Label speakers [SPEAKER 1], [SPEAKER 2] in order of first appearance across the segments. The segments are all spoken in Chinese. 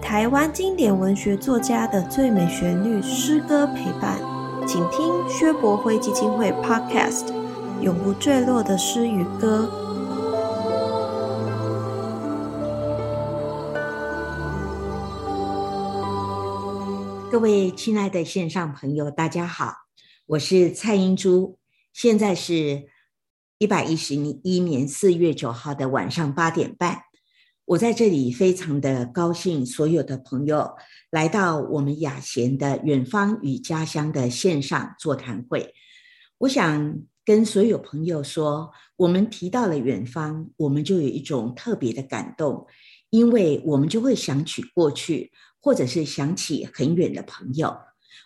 [SPEAKER 1] 台湾经典文学作家的最美旋律诗歌陪伴，请听薛博辉基金会 Podcast《永不坠落的诗与歌》。
[SPEAKER 2] 各位亲爱的线上朋友，大家好，我是蔡英珠，现在是一百一十一年四月九号的晚上八点半。我在这里非常的高兴，所有的朋友来到我们雅贤的远方与家乡的线上座谈会。我想跟所有朋友说，我们提到了远方，我们就有一种特别的感动，因为我们就会想起过去。或者是想起很远的朋友，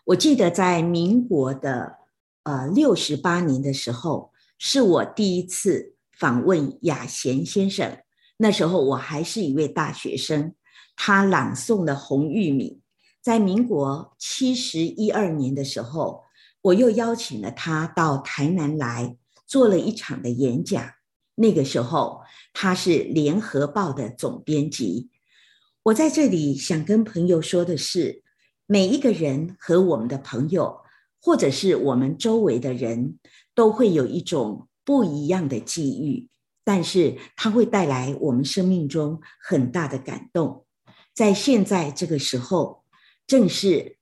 [SPEAKER 2] 我记得在民国的呃六十八年的时候，是我第一次访问雅贤先生。那时候我还是一位大学生，他朗诵了《红玉米》。在民国七十一二年的时候，我又邀请了他到台南来做了一场的演讲。那个时候他是《联合报》的总编辑。我在这里想跟朋友说的是，每一个人和我们的朋友，或者是我们周围的人，都会有一种不一样的际遇，但是它会带来我们生命中很大的感动。在现在这个时候，正是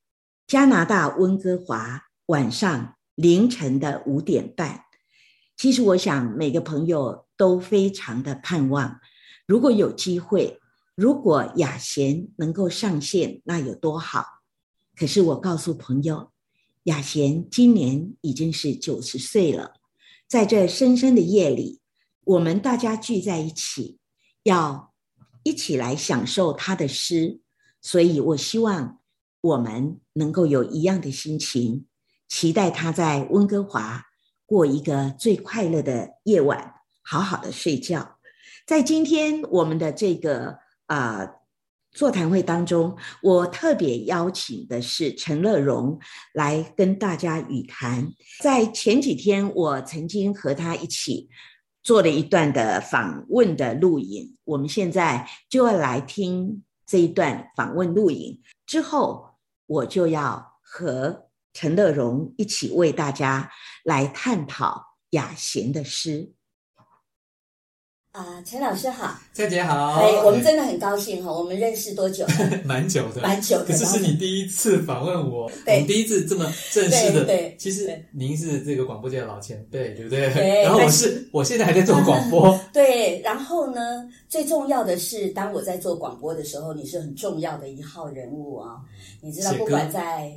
[SPEAKER 2] 加拿大温哥华晚上凌晨的五点半。其实，我想每个朋友都非常的盼望，如果有机会。如果雅贤能够上线，那有多好！可是我告诉朋友，雅贤今年已经是九十岁了，在这深深的夜里，我们大家聚在一起，要一起来享受他的诗。所以我希望我们能够有一样的心情，期待他在温哥华过一个最快乐的夜晚，好好的睡觉。在今天我们的这个。啊、呃，座谈会当中，我特别邀请的是陈乐融来跟大家语谈。在前几天，我曾经和他一起做了一段的访问的录影，我们现在就要来听这一段访问录影。之后，我就要和陈乐融一起为大家来探讨雅贤的诗。
[SPEAKER 3] 啊、呃，陈老师好，
[SPEAKER 4] 蔡姐好，
[SPEAKER 3] 哎，我们真的很高兴哈，我们认识多久了？
[SPEAKER 4] 蛮久的，
[SPEAKER 3] 蛮久的。
[SPEAKER 4] 可是是你第一次访问我，
[SPEAKER 3] 对
[SPEAKER 4] 我们第一次这么正式的。
[SPEAKER 3] 对，对
[SPEAKER 4] 其实您是这个广播界的老前辈，对不 对？
[SPEAKER 3] 对
[SPEAKER 4] 然后我是我现在还在做广播，
[SPEAKER 3] 对。然后呢，最重要的是，当我在做广播的时候，你是很重要的一号人物啊、哦。你知道，不管在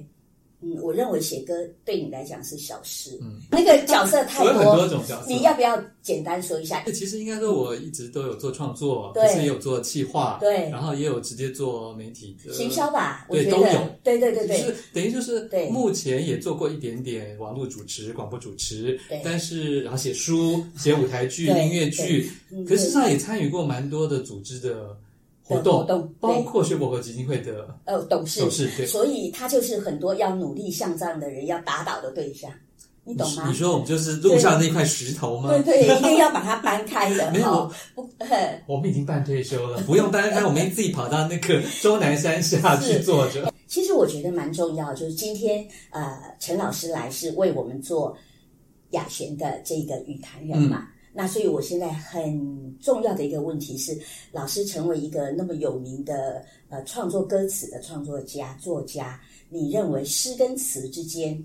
[SPEAKER 3] 嗯，我认为写歌对你来讲是小事，
[SPEAKER 4] 嗯，
[SPEAKER 3] 那个角色 太
[SPEAKER 4] 我有很多种角色
[SPEAKER 3] 你要不要简单说一下？
[SPEAKER 4] 其实应该说，我一直都有做创作，
[SPEAKER 3] 对
[SPEAKER 4] 可是也有做企划，
[SPEAKER 3] 对
[SPEAKER 4] 然后也有直接做媒体的
[SPEAKER 3] 行销吧，我
[SPEAKER 4] 对
[SPEAKER 3] 觉
[SPEAKER 4] 都
[SPEAKER 3] 得
[SPEAKER 4] 有，
[SPEAKER 3] 对对对
[SPEAKER 4] 就
[SPEAKER 3] 对
[SPEAKER 4] 是等于就是
[SPEAKER 3] 对
[SPEAKER 4] 目前也做过一点点网络主持、广播主持
[SPEAKER 3] 对，
[SPEAKER 4] 但是然后写书、写舞台剧、
[SPEAKER 3] 对
[SPEAKER 4] 音乐剧，
[SPEAKER 3] 嗯
[SPEAKER 4] 可是事实上也参与过蛮多的组织的活
[SPEAKER 3] 的
[SPEAKER 4] 动，
[SPEAKER 3] 活动
[SPEAKER 4] 包
[SPEAKER 3] 对
[SPEAKER 4] 括薛伯和基金会的
[SPEAKER 3] 呃董事
[SPEAKER 4] 董，事。对，
[SPEAKER 3] 所以他就是很多要努力向上的人要打倒的对象，你懂吗
[SPEAKER 4] 你？说我们就是路上那块石头吗？
[SPEAKER 3] 对对，一定要把它搬开的
[SPEAKER 4] 没有
[SPEAKER 3] 哦，不， 呃
[SPEAKER 4] 我们已经半退休了，不用 搬开，我们自己跑到那个终南山下去坐着。
[SPEAKER 3] 其实我觉得蛮重要，就是今天呃，陈老师来是为我们做雅璇的这个语坛人嘛。
[SPEAKER 4] 嗯
[SPEAKER 3] 那所以，我现在很重要的一个问题是，老师成为一个那么有名的呃创作歌词的创作家、作家，你认为诗跟词之间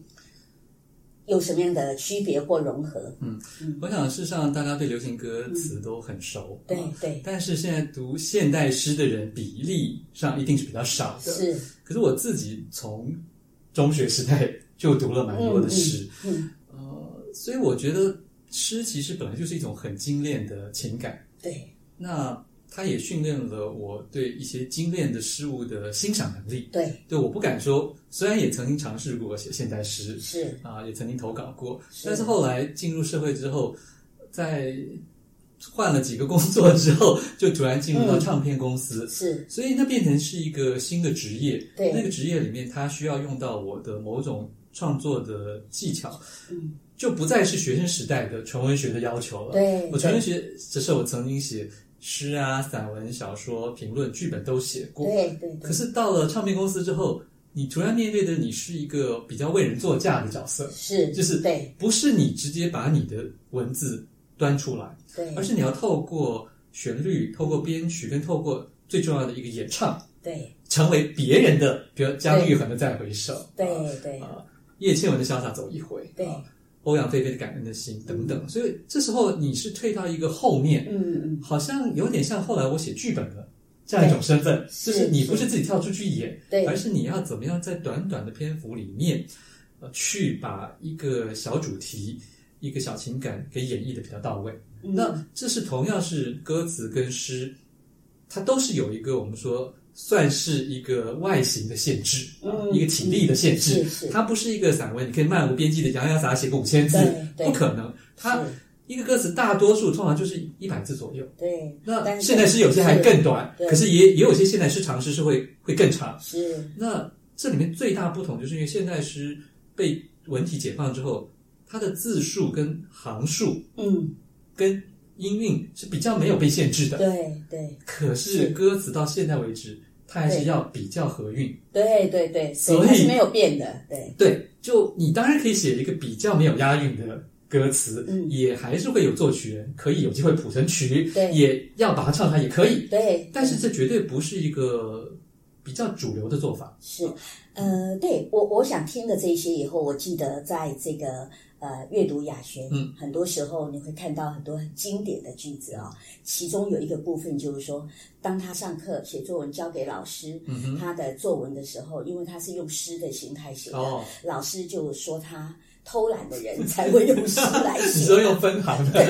[SPEAKER 3] 有什么样的区别或融合？
[SPEAKER 4] 嗯
[SPEAKER 3] 嗯
[SPEAKER 4] 我想，事实上大家对流行歌词都很熟，
[SPEAKER 3] 对对，
[SPEAKER 4] 但是现在读现代诗的人比例上一定是比较少的。
[SPEAKER 3] 是
[SPEAKER 4] 可是我自己从中学时代就读了蛮多的诗，
[SPEAKER 3] 嗯，
[SPEAKER 4] 呃，所以我觉得诗其实本来就是一种很精炼的情感，
[SPEAKER 3] 对
[SPEAKER 4] 那它也训练了我对一些精炼的事物的欣赏能力。
[SPEAKER 3] 对
[SPEAKER 4] 对，我不敢说，虽然也曾经尝试过写现代诗，
[SPEAKER 3] 是嗯
[SPEAKER 4] 啊、也曾经投稿过，
[SPEAKER 3] 是
[SPEAKER 4] 但是后来进入社会之后，在换了几个工作之后，就突然进入到
[SPEAKER 3] 嗯
[SPEAKER 4] 唱片公司，
[SPEAKER 3] 是，
[SPEAKER 4] 所以那变成是一个新的职业。
[SPEAKER 3] 对
[SPEAKER 4] 那个职业里面，它需要用到我的某种创作的技巧，
[SPEAKER 3] 嗯，
[SPEAKER 4] 就不再是学生时代的纯文学的要求了。
[SPEAKER 3] 对，
[SPEAKER 4] 我纯文学，这是我曾经写诗啊、散文、小说、评论、剧本都写过。
[SPEAKER 3] 对对对
[SPEAKER 4] 可，是到了唱片公司之后，你突然面对的你是一个比较为人作嫁的角色，
[SPEAKER 3] 是
[SPEAKER 4] 就是
[SPEAKER 3] 对
[SPEAKER 4] 不是你直接把你的文字端出来，
[SPEAKER 3] 对，
[SPEAKER 4] 而是你要透过旋律、透过编曲跟透过最重要的一个演唱，
[SPEAKER 3] 对
[SPEAKER 4] 成为别人的，比如姜育恒的《再回首》，
[SPEAKER 3] 对对
[SPEAKER 4] 啊，叶倩文的《潇洒走一回》，
[SPEAKER 3] 对
[SPEAKER 4] 啊，欧阳菲菲的《感恩的心》等
[SPEAKER 3] 嗯
[SPEAKER 4] 等。所以这时候你是退到一个后面，
[SPEAKER 3] 嗯嗯
[SPEAKER 4] 好像有点像后来我写剧本的这样一种身份，
[SPEAKER 3] 是
[SPEAKER 4] 就是你不是自己跳出去演，
[SPEAKER 3] 对
[SPEAKER 4] 而是你要怎么样在短短的篇幅里面，呃，去把一个小主题、一个小情感给演绎的比较到位。
[SPEAKER 3] 嗯，
[SPEAKER 4] 那这是同样是歌词跟诗，它都是有一个我们说算是一个外形的限制，
[SPEAKER 3] 嗯
[SPEAKER 4] 一个体力的限制。
[SPEAKER 3] 是是
[SPEAKER 4] 它不是一个散文，你可以漫无边际的洋洋洒洒写个五千字，
[SPEAKER 3] 对对
[SPEAKER 4] 不可能。它
[SPEAKER 3] 是
[SPEAKER 4] 一个歌词大多数通常就是一百字左右。
[SPEAKER 3] 对，
[SPEAKER 4] 那
[SPEAKER 3] 但是
[SPEAKER 4] 现代诗有些还更短，
[SPEAKER 3] 对
[SPEAKER 4] 可是也也有些现代诗长诗是会会更长。
[SPEAKER 3] 是
[SPEAKER 4] 那这里面最大不同就是因为现代诗被文体解放之后，它的字数跟行数
[SPEAKER 3] 嗯，
[SPEAKER 4] 跟音韵是比较没有被限制的。
[SPEAKER 3] 对对
[SPEAKER 4] 可是
[SPEAKER 3] 是
[SPEAKER 4] 歌词到现在为止，它还是要比较合韵。
[SPEAKER 3] 对对对，
[SPEAKER 4] 所以
[SPEAKER 3] 它是没有变的，对
[SPEAKER 4] 对，就你当然可以写一个比较没有押韵的歌词，
[SPEAKER 3] 嗯
[SPEAKER 4] 也还是会有作曲人可以有机会谱成曲，
[SPEAKER 3] 对
[SPEAKER 4] 也要把它唱出来也可以。
[SPEAKER 3] 对，
[SPEAKER 4] 但是这绝对不是一个比较主流的做法。
[SPEAKER 3] 是，呃，对我我想听了这些以后，我记得在这个呃阅读雅璇，
[SPEAKER 4] 嗯，
[SPEAKER 3] 很多时候你会看到很多很经典的句子啊、其中有一个部分就是说，当他上课写作文交给老师，
[SPEAKER 4] 嗯哼，
[SPEAKER 3] 他的作文的时候，因为他是用诗的形态写的，
[SPEAKER 4] 哦，
[SPEAKER 3] 老师就说他偷懒的人才会用诗来写，
[SPEAKER 4] 你说用分行的，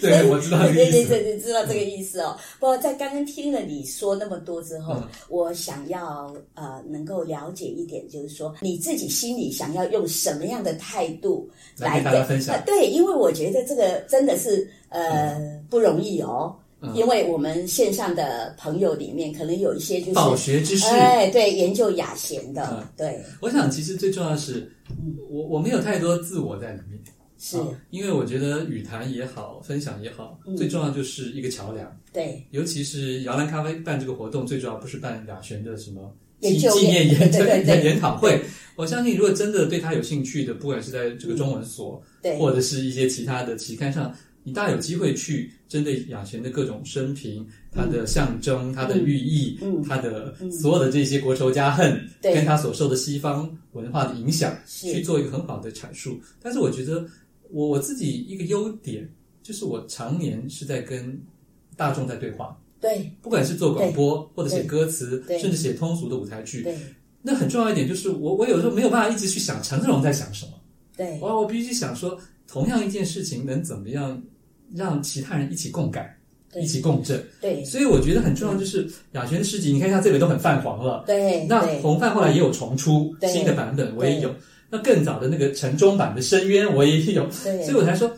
[SPEAKER 4] 对，我知道这个
[SPEAKER 3] 对
[SPEAKER 4] 意
[SPEAKER 3] 对
[SPEAKER 4] 思。
[SPEAKER 3] 对对，知道这个意思哦。不过在刚刚听了你说那么多之后，
[SPEAKER 4] 嗯
[SPEAKER 3] 我想要呃能够了解一点，就是说你自己心里想要用什么样的态度
[SPEAKER 4] 来
[SPEAKER 3] 来
[SPEAKER 4] 跟大家分享
[SPEAKER 3] 呃对，因为我觉得这个真的是呃、不容易哦。
[SPEAKER 4] 嗯
[SPEAKER 3] 因为我们线上的朋友里面，可能有一些就是
[SPEAKER 4] 饱学之士，
[SPEAKER 3] 哎，对，研究雅贤的，
[SPEAKER 4] 嗯
[SPEAKER 3] 对，
[SPEAKER 4] 我想其实最重要的是，我我没有太多自我在里面。
[SPEAKER 3] 是，
[SPEAKER 4] 啊因为我觉得语坛也好，分享也好，
[SPEAKER 3] 嗯
[SPEAKER 4] 最重要就是一个桥梁。
[SPEAKER 3] 对，
[SPEAKER 4] 尤其是摇篮咖啡办这个活动，最主要不是办雅璇的什么纪
[SPEAKER 3] 研究
[SPEAKER 4] 纪念
[SPEAKER 3] 研
[SPEAKER 4] 研
[SPEAKER 3] 对对对
[SPEAKER 4] 研研讨会。我相信，如果真的对他有兴趣的，不管是在这个中文所，
[SPEAKER 3] 对，
[SPEAKER 4] 或者是一些其他的期刊上，你大有机会去针对雅璇的各种生平、它的象征、它的寓意、
[SPEAKER 3] 嗯
[SPEAKER 4] 它的
[SPEAKER 3] 嗯
[SPEAKER 4] 所有的这些国仇家恨，
[SPEAKER 3] 对
[SPEAKER 4] 跟他所受的西方文化的影响，
[SPEAKER 3] 是
[SPEAKER 4] 去做一个很好的阐述。但是我觉得我我自己一个优点就是我常年是在跟大众在对话，
[SPEAKER 3] 对，
[SPEAKER 4] 不管是做广播，或者写
[SPEAKER 3] 对
[SPEAKER 4] 歌词，
[SPEAKER 3] 对
[SPEAKER 4] 甚至写通俗的舞台剧。
[SPEAKER 3] 对，
[SPEAKER 4] 那很重要一点就是我我有时候没有办法一直去想陈志龙在想什么。
[SPEAKER 3] 对，
[SPEAKER 4] 我我必须想说，同样一件事情能怎么样让其他人一起共感、
[SPEAKER 3] 对
[SPEAKER 4] 一起共振？
[SPEAKER 3] 对，
[SPEAKER 4] 所以我觉得很重要就是雅璇的诗集，你看像这本都很泛黄了，
[SPEAKER 3] 对，
[SPEAKER 4] 那
[SPEAKER 3] 对
[SPEAKER 4] 红泛后来也有重出
[SPEAKER 3] 对
[SPEAKER 4] 新的版本，我
[SPEAKER 3] 对
[SPEAKER 4] 也有。那更早的那个城中版的《深渊》，我也有，
[SPEAKER 3] 对
[SPEAKER 4] 所以我才说，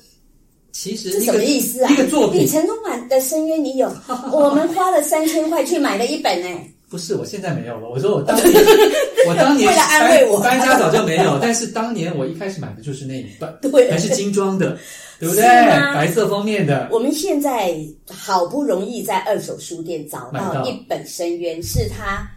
[SPEAKER 4] 其实
[SPEAKER 3] 这
[SPEAKER 4] 一
[SPEAKER 3] 什
[SPEAKER 4] 个
[SPEAKER 3] 么意思啊？
[SPEAKER 4] 一个作
[SPEAKER 3] 你
[SPEAKER 4] 品
[SPEAKER 3] 成都满的深渊 你有，我们花了三千块去买了一本呢、
[SPEAKER 4] 不是，我现在没有了。我说我当 年，我当年
[SPEAKER 3] 为了安慰我
[SPEAKER 4] 搬搬家早就没有，但 是当年我一开始买的就是那一本，
[SPEAKER 3] 对
[SPEAKER 4] 还是精装的，对不对？
[SPEAKER 3] 是吗
[SPEAKER 4] 白色封面的，
[SPEAKER 3] 我们现在好不容易在二手书店找
[SPEAKER 4] 买到
[SPEAKER 3] 到一本《深渊》，是它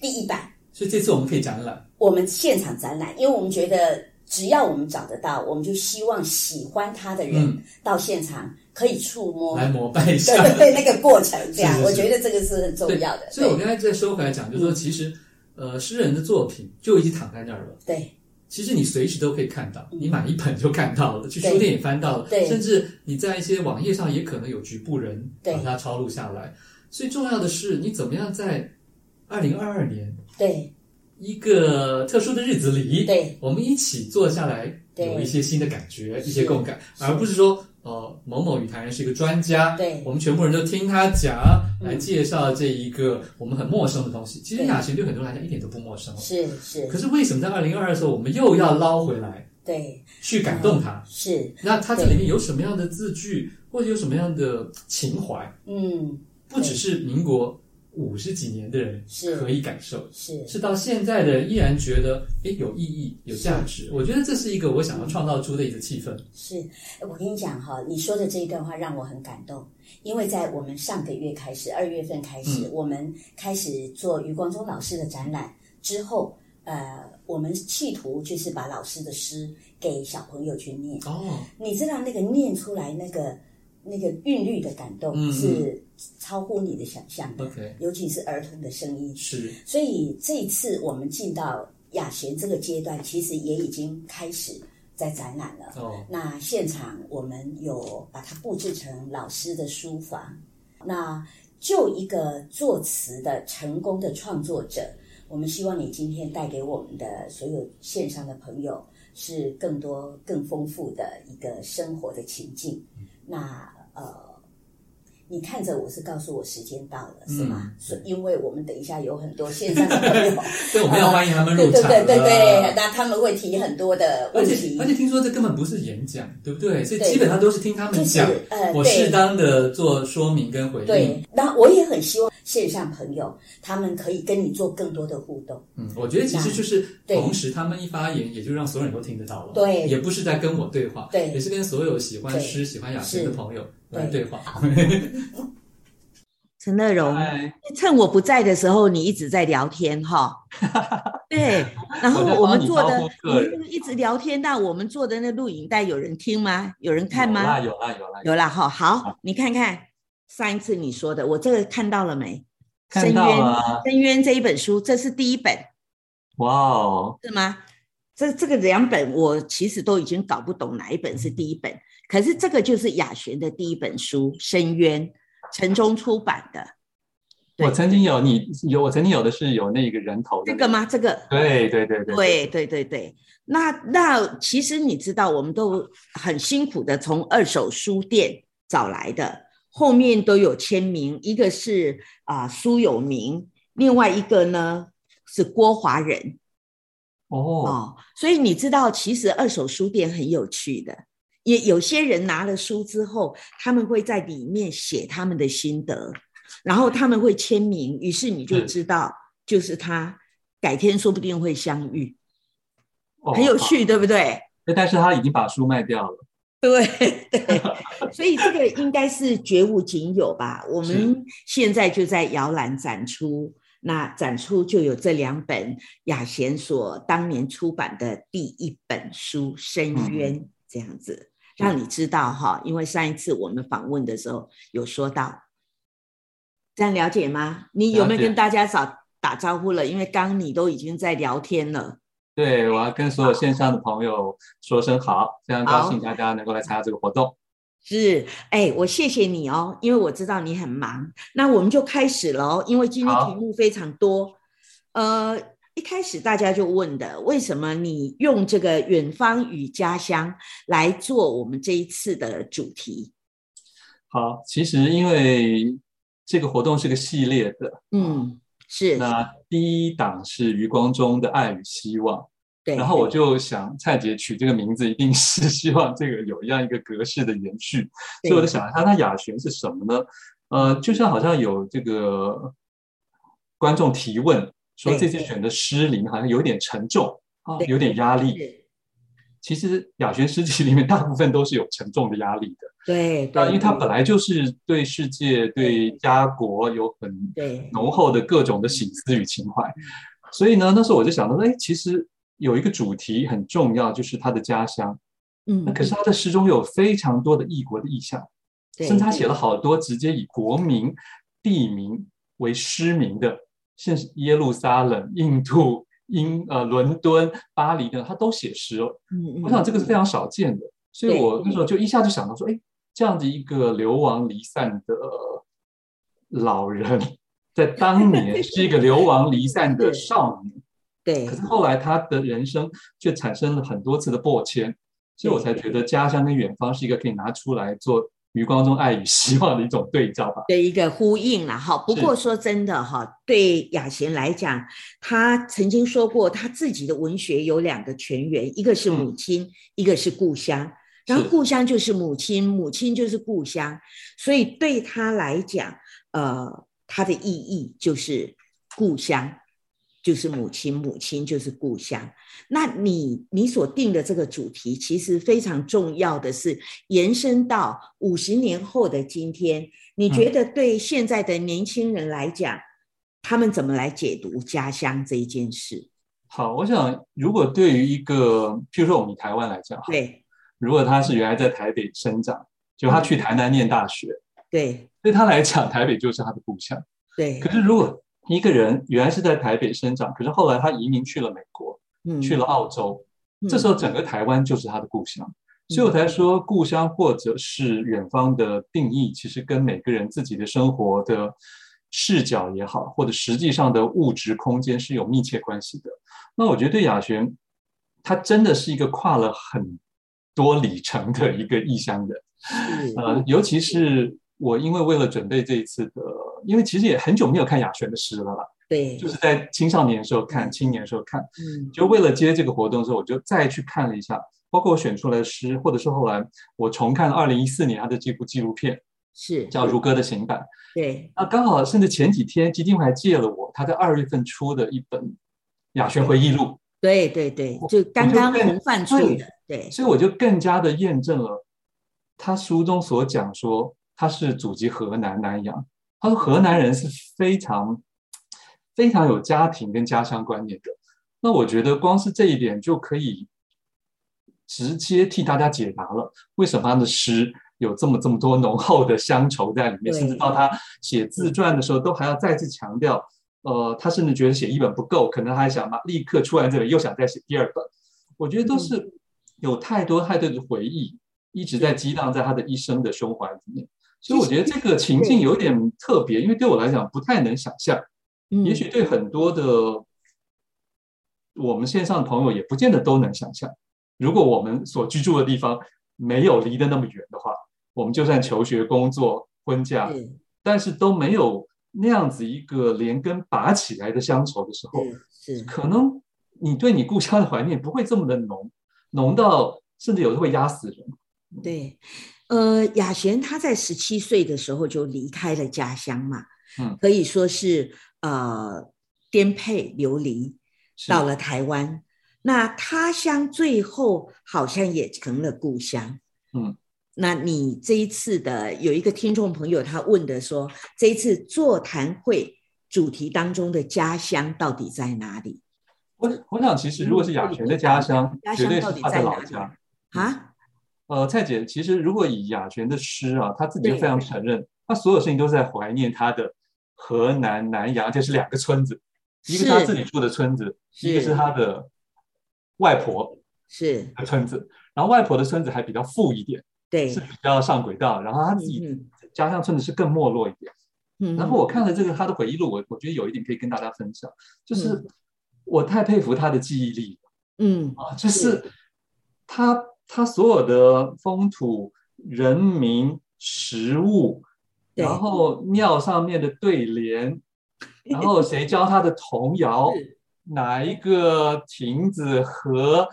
[SPEAKER 3] 第一版，
[SPEAKER 4] 所以这次我们可以展览，
[SPEAKER 3] 我们现场展览，因为我们觉得只要我们找得到，我们就希望喜欢它的人
[SPEAKER 4] 嗯
[SPEAKER 3] 到现场可以触 摸，
[SPEAKER 4] 来膜拜一下
[SPEAKER 3] 对。哦对对，那个过程这样，
[SPEAKER 4] 是是是
[SPEAKER 3] 我觉得这个是很重
[SPEAKER 4] 对
[SPEAKER 3] 要的。
[SPEAKER 4] 所以我
[SPEAKER 3] 对
[SPEAKER 4] 刚才再收回来讲，就
[SPEAKER 3] 嗯
[SPEAKER 4] 是说，其实，呃，诗人的作品就已经躺在那儿了。
[SPEAKER 3] 对
[SPEAKER 4] 其实你随时都可以看到，你买一本就看到了，去
[SPEAKER 3] 对
[SPEAKER 4] 书店也翻到了，
[SPEAKER 3] 嗯对
[SPEAKER 4] 甚至你在一些网页上也可能有局部人
[SPEAKER 3] 对
[SPEAKER 4] 把它抄录下来。最重要的是，你怎么样在二零二二年
[SPEAKER 3] 对
[SPEAKER 4] 一个特殊的日子里，
[SPEAKER 3] 对，
[SPEAKER 4] 我们一起坐下来，
[SPEAKER 3] 对
[SPEAKER 4] 有一些新的感觉，
[SPEAKER 3] 是
[SPEAKER 4] 一些共感，
[SPEAKER 3] 是
[SPEAKER 4] 而不是说，呃，某某语坛人是一个专家，
[SPEAKER 3] 对
[SPEAKER 4] 我们全部人都听他讲来介绍这一个我们很陌生的东西。其实
[SPEAKER 3] 嗯对
[SPEAKER 4] 雅琴对很多人来讲一点都不陌生了，
[SPEAKER 3] 是是
[SPEAKER 4] 可，是为什么在二零二二的时候，我们又要捞回来
[SPEAKER 3] 对
[SPEAKER 4] 去感动他？
[SPEAKER 3] 是，
[SPEAKER 4] 那他这里面有什么样的字句，或者有什么样的情怀？
[SPEAKER 3] 嗯，
[SPEAKER 4] 不只是民国五十几年的人
[SPEAKER 3] 是
[SPEAKER 4] 可以感受，
[SPEAKER 3] 是
[SPEAKER 4] 是到现在的人依然觉得诶有意义、有价值。我觉得这是一个我想要创造出的一个气氛。
[SPEAKER 3] 是，哎我跟你讲哈，你说的这一段话让我很感动，因为在我们上个月开始，二月份开
[SPEAKER 4] 嗯
[SPEAKER 3] 始，我们开始做余光中老师的展览之后，呃，我们企图就是把老师的诗给小朋友去念。
[SPEAKER 4] 哦，
[SPEAKER 3] 你知道那个念出来那个那个韵律的感
[SPEAKER 4] 嗯
[SPEAKER 3] 动
[SPEAKER 4] 嗯
[SPEAKER 3] 是超乎你的想象的
[SPEAKER 4] OK
[SPEAKER 3] 尤其是儿童的声音。
[SPEAKER 4] 是
[SPEAKER 3] 所以这一次我们进到雅璇这个阶段，其实也已经开始在展览了。
[SPEAKER 4] 哦，
[SPEAKER 3] 那现场我们有把它布置成老师的书房。那就一个作词的成功的创作者，我们希望你今天带给我们的所有线上的朋友是更多、更丰富的一个生活的情境。
[SPEAKER 4] 嗯
[SPEAKER 3] 那呃。你看着我是告诉我时间到了，是吗？
[SPEAKER 4] 嗯
[SPEAKER 3] 所以因为我们等一下有很多 线上的朋友，
[SPEAKER 4] 对，我们要欢迎他们
[SPEAKER 3] 对
[SPEAKER 4] 入
[SPEAKER 3] 对
[SPEAKER 4] 场。
[SPEAKER 3] 对对对，。那他们会提很多的问
[SPEAKER 4] 而
[SPEAKER 3] 题
[SPEAKER 4] 且而且听说这根本不是演讲，对不对？所以
[SPEAKER 3] 对
[SPEAKER 4] 基本上都是听他们
[SPEAKER 3] 就是
[SPEAKER 4] 讲，
[SPEAKER 3] 呃，
[SPEAKER 4] 我
[SPEAKER 3] 对
[SPEAKER 4] 适当的做说明跟回应。
[SPEAKER 3] 对。那我也很希望线上朋友他们可以跟你做更多的互动，
[SPEAKER 4] 嗯，我觉得其实就是
[SPEAKER 3] 对
[SPEAKER 4] 同时他们一发言，也就让所有人都听得到了。
[SPEAKER 3] 对
[SPEAKER 4] 也不是在跟我对话，
[SPEAKER 3] 对
[SPEAKER 4] 也是跟所有喜欢
[SPEAKER 3] 对
[SPEAKER 4] 诗、喜欢雅诗的
[SPEAKER 3] 是
[SPEAKER 4] 朋友来对话。嗯
[SPEAKER 2] 陈乐荣，
[SPEAKER 4] 嗨，
[SPEAKER 2] 趁我不在的时候，你一直在聊天 哈。对，然后
[SPEAKER 4] 我在帮
[SPEAKER 2] 我们
[SPEAKER 4] 你
[SPEAKER 2] 做的
[SPEAKER 4] 招呼客人
[SPEAKER 2] 你那个一直聊天，那我们做的那录影带有人听吗？有人看吗？
[SPEAKER 4] 有啦有啦有啦，
[SPEAKER 2] 有啦哈，好，你看看上一次你说的，我这个看到了没？
[SPEAKER 5] 看到了啊，
[SPEAKER 2] 深渊这一本书，这是第一本
[SPEAKER 5] 哇哦，
[SPEAKER 2] 是吗？这这个两本我其实都已经搞不懂哪一本是第一本，可是这个就是雅璇的第一本书《深渊》，城中出版的对
[SPEAKER 5] 我曾经有你有我曾经有的是有那个人头的
[SPEAKER 2] 这
[SPEAKER 5] 那
[SPEAKER 2] 个？吗？这个
[SPEAKER 5] 对对对对，
[SPEAKER 2] 对对对对，那那其实你知道，我们都很辛苦的从二手书店找来的，后面都有签名，一个是啊、苏有名，另外一个呢是郭华人
[SPEAKER 5] 哦，
[SPEAKER 2] 哦，所以你知道，其实二手书店很有趣的。也有些人拿了书之后，他们会在里面写他们的心得，然后他们会签名，于是你就
[SPEAKER 4] 嗯
[SPEAKER 2] 知道，就是他改天说不定会相遇。
[SPEAKER 5] 哦
[SPEAKER 2] 很有。趣，对不对？
[SPEAKER 5] 好哎但是他已经把书卖掉了，
[SPEAKER 2] 对对，所以这个应该是绝无仅有吧。我们现在就在摇篮展出，那展出就有这两本雅贤所当年出版的第一本书《深
[SPEAKER 5] 嗯
[SPEAKER 2] 渊》这样子，让你知道哈。因为上一次我们访问的时候有说到，这样了解吗？你有没
[SPEAKER 5] 了
[SPEAKER 2] 有
[SPEAKER 5] 解
[SPEAKER 2] 跟大家打打招呼了？因为刚刚你都已经在聊天了。
[SPEAKER 5] 对我要跟所有线上的朋友说声好，非常高兴大家能够来参加这个活动。
[SPEAKER 2] 是，哎，我谢谢你哦，因为我知道你很忙。那我们就开始了哦，因为今天
[SPEAKER 5] 好
[SPEAKER 2] 题目非常多。呃，一开始大家就问的，为什么你用这个远方与家乡来做我们这一次的主题？
[SPEAKER 5] 好，其实因为这个活动是个系列的，
[SPEAKER 2] 嗯，是，
[SPEAKER 5] 哦那第一档是余光中的《爱与希望》，
[SPEAKER 2] 对。
[SPEAKER 5] 然后我就想，蔡姐取这个名字一定是 希望这个有一样一个格式的延续，所以我就想一下，那雅璇是什么呢？呃，就像好像有这个观众提问说，
[SPEAKER 2] 对
[SPEAKER 5] 这次选的诗里面好像有点沉重啊，
[SPEAKER 2] 对
[SPEAKER 5] 有点压力。
[SPEAKER 2] 是
[SPEAKER 5] 其实雅璇诗集里面大部分都是有沉重的压力的，
[SPEAKER 2] 对
[SPEAKER 5] 那
[SPEAKER 2] 对，
[SPEAKER 5] 因为它
[SPEAKER 2] 对
[SPEAKER 5] 本来就是对世界、对家国有很
[SPEAKER 2] 对
[SPEAKER 5] 浓厚的各种的醒思与情怀。所以呢，那时候我就想到，哎，其实有一个主题很重要，就是他的家乡。
[SPEAKER 2] 嗯
[SPEAKER 5] 那，可是他的诗中有非常多的异国的意象，
[SPEAKER 2] 对
[SPEAKER 5] 甚至他写了好多直接以国名、地名为诗名的，甚至耶路撒冷、印度、英呃伦敦、巴黎等，他都写诗哦。
[SPEAKER 2] 嗯嗯
[SPEAKER 5] 我想这个是非常少见的，所以
[SPEAKER 2] 对
[SPEAKER 5] 我那时候就一下就想到说，哎，这样子一个流亡离散的老人，在 当年是一个流亡离散的
[SPEAKER 2] 是
[SPEAKER 5] 少年，
[SPEAKER 2] 对
[SPEAKER 5] 可是后来他的人生却产生了很多次的破迁，所以我才觉得家乡跟远方是一个可以拿出来做余光中爱与希望的一种对照吧。
[SPEAKER 2] 的一个呼应了哈。不
[SPEAKER 5] 是
[SPEAKER 2] 过说真的哈，对雅贤来讲，他曾经说过他自己的文学有两个泉源，一个是母亲，一个是故乡。然后
[SPEAKER 5] 嗯是
[SPEAKER 2] 故乡就是母亲，母亲就是故乡，所以对他来讲，呃，它的意义就是故乡，就是母亲，母亲就是故乡。那你你所定的这个主题，其实非常重要的是延伸到五十年后的今天，你
[SPEAKER 5] 嗯
[SPEAKER 2] 觉得对现在的年轻人来讲，他们怎么来解读家乡这一件事？
[SPEAKER 5] 好，我想如果对于一个，譬如说我们以台湾来讲，哈，
[SPEAKER 2] 对
[SPEAKER 5] 如果他是原来在台北生长，就他
[SPEAKER 2] 嗯
[SPEAKER 5] 去台南念大学，
[SPEAKER 2] 对
[SPEAKER 5] 对他来讲，台北就是他的故乡。
[SPEAKER 2] 对
[SPEAKER 5] 可，是如果一个人原来是在台北生长，可是后来他移民去了美国，
[SPEAKER 2] 嗯
[SPEAKER 5] 去了澳洲，这时候整个台湾就是他的故乡。
[SPEAKER 2] 嗯
[SPEAKER 5] 所以我才说，故乡或者是远方的定义，其实跟每个人自己的生活的视角也好，或者实际上的物质空间是有密切关系的。那我觉得对雅璇，他真的是一个跨了很多里程的一个异乡人。
[SPEAKER 2] 嗯是
[SPEAKER 5] 呃，尤其是我因为为了准备这一次的，因为其实也很久没有看雅璇的诗了啦，
[SPEAKER 2] 对
[SPEAKER 5] 就，是在青少年的时候看，青年的时候看，
[SPEAKER 2] 嗯
[SPEAKER 5] 就为了接这个活动的时候，我就再去看了一下，包括我选出来的诗，或者是后来我重看了二零一四年他的这部纪录片，
[SPEAKER 2] 是，
[SPEAKER 5] 叫《如歌的行板》。
[SPEAKER 2] 对
[SPEAKER 5] 那刚好甚至前几天基金会还借了我他在二月份出的一本《雅璇回忆录》，
[SPEAKER 2] 对对对，
[SPEAKER 5] 我
[SPEAKER 2] 就刚刚
[SPEAKER 5] 我就
[SPEAKER 2] 洪范处
[SPEAKER 5] 对
[SPEAKER 2] 的，对
[SPEAKER 5] 所以我就更加的验证了他书中所讲说他是祖籍河南南阳，他说河南人是非常非常有家庭跟家乡观念的。那我觉得光是这一点就可以直接替大家解答了，为什么他的诗有这么这么多浓厚的乡愁在里面，
[SPEAKER 2] 对
[SPEAKER 5] 甚至到他写自传的时候都还要再次强调。呃，他甚至觉得写一本不够，可能他还想把立刻出完这本，又想再写第二本。我觉得都是有太多太多的回忆一直在激荡在他的一生的胸怀里面，所以我觉得这个情境有点特别，因为对我来讲不太能想象，
[SPEAKER 2] 嗯
[SPEAKER 5] 也许对很多的我们线上的朋友也不见得都能想象。如果我们所居住的地方没有离得那么远的话，我们就算求学、工作、婚嫁，
[SPEAKER 2] 是
[SPEAKER 5] 但是都没有那样子一个连根拔起来的乡愁的时候，
[SPEAKER 2] 是是
[SPEAKER 5] 可能你对你故乡的怀念不会这么的浓，浓到甚至有时候会压死人。
[SPEAKER 2] 对，呃，雅璇她在十七岁的时候就离开了家乡嘛，
[SPEAKER 5] 嗯
[SPEAKER 2] 可以说是呃颠沛流离
[SPEAKER 5] 是
[SPEAKER 2] 到了台湾。那他乡最后好像也成了故乡，
[SPEAKER 5] 嗯。
[SPEAKER 2] 那你这一次的有一个听众朋友他问的说，这一次座谈会主题当中的家乡到底在哪里？
[SPEAKER 5] 我我想，其实如
[SPEAKER 2] 嗯
[SPEAKER 5] 果是雅璇的家乡，
[SPEAKER 2] 家
[SPEAKER 5] 绝
[SPEAKER 2] 乡
[SPEAKER 5] 对
[SPEAKER 2] 到
[SPEAKER 5] 是
[SPEAKER 2] 底
[SPEAKER 5] 她
[SPEAKER 2] 在
[SPEAKER 5] 的
[SPEAKER 2] 哪
[SPEAKER 5] 老
[SPEAKER 2] 里
[SPEAKER 5] 家。
[SPEAKER 2] 啊？
[SPEAKER 5] 呃，蔡姐，其实如果以雅璇的诗啊，她自己就
[SPEAKER 2] 对
[SPEAKER 5] 非常承认，她所有事情都是在怀念她的河南南阳，而且是两个村子，一个是她
[SPEAKER 2] 是
[SPEAKER 5] 自己住的村子，一个
[SPEAKER 2] 是
[SPEAKER 5] 是她的外婆
[SPEAKER 2] 是，
[SPEAKER 5] 的村子。然后外婆的村子还比较富一点，
[SPEAKER 2] 对
[SPEAKER 5] 是，比较上轨道，然后她自己
[SPEAKER 2] 嗯
[SPEAKER 5] 家乡村子是更没落一点。
[SPEAKER 2] 嗯
[SPEAKER 5] 然后我看了这个他的回忆录，我我觉得有一点可以跟大家分享，就是
[SPEAKER 2] 嗯
[SPEAKER 5] 我太佩服他的记忆力
[SPEAKER 2] 嗯
[SPEAKER 5] 了啊，就是他他所有的风土人民、食物，
[SPEAKER 2] 对
[SPEAKER 5] 然后庙上面的对联，然后谁教他的童谣
[SPEAKER 2] 是，
[SPEAKER 5] 哪一个亭子和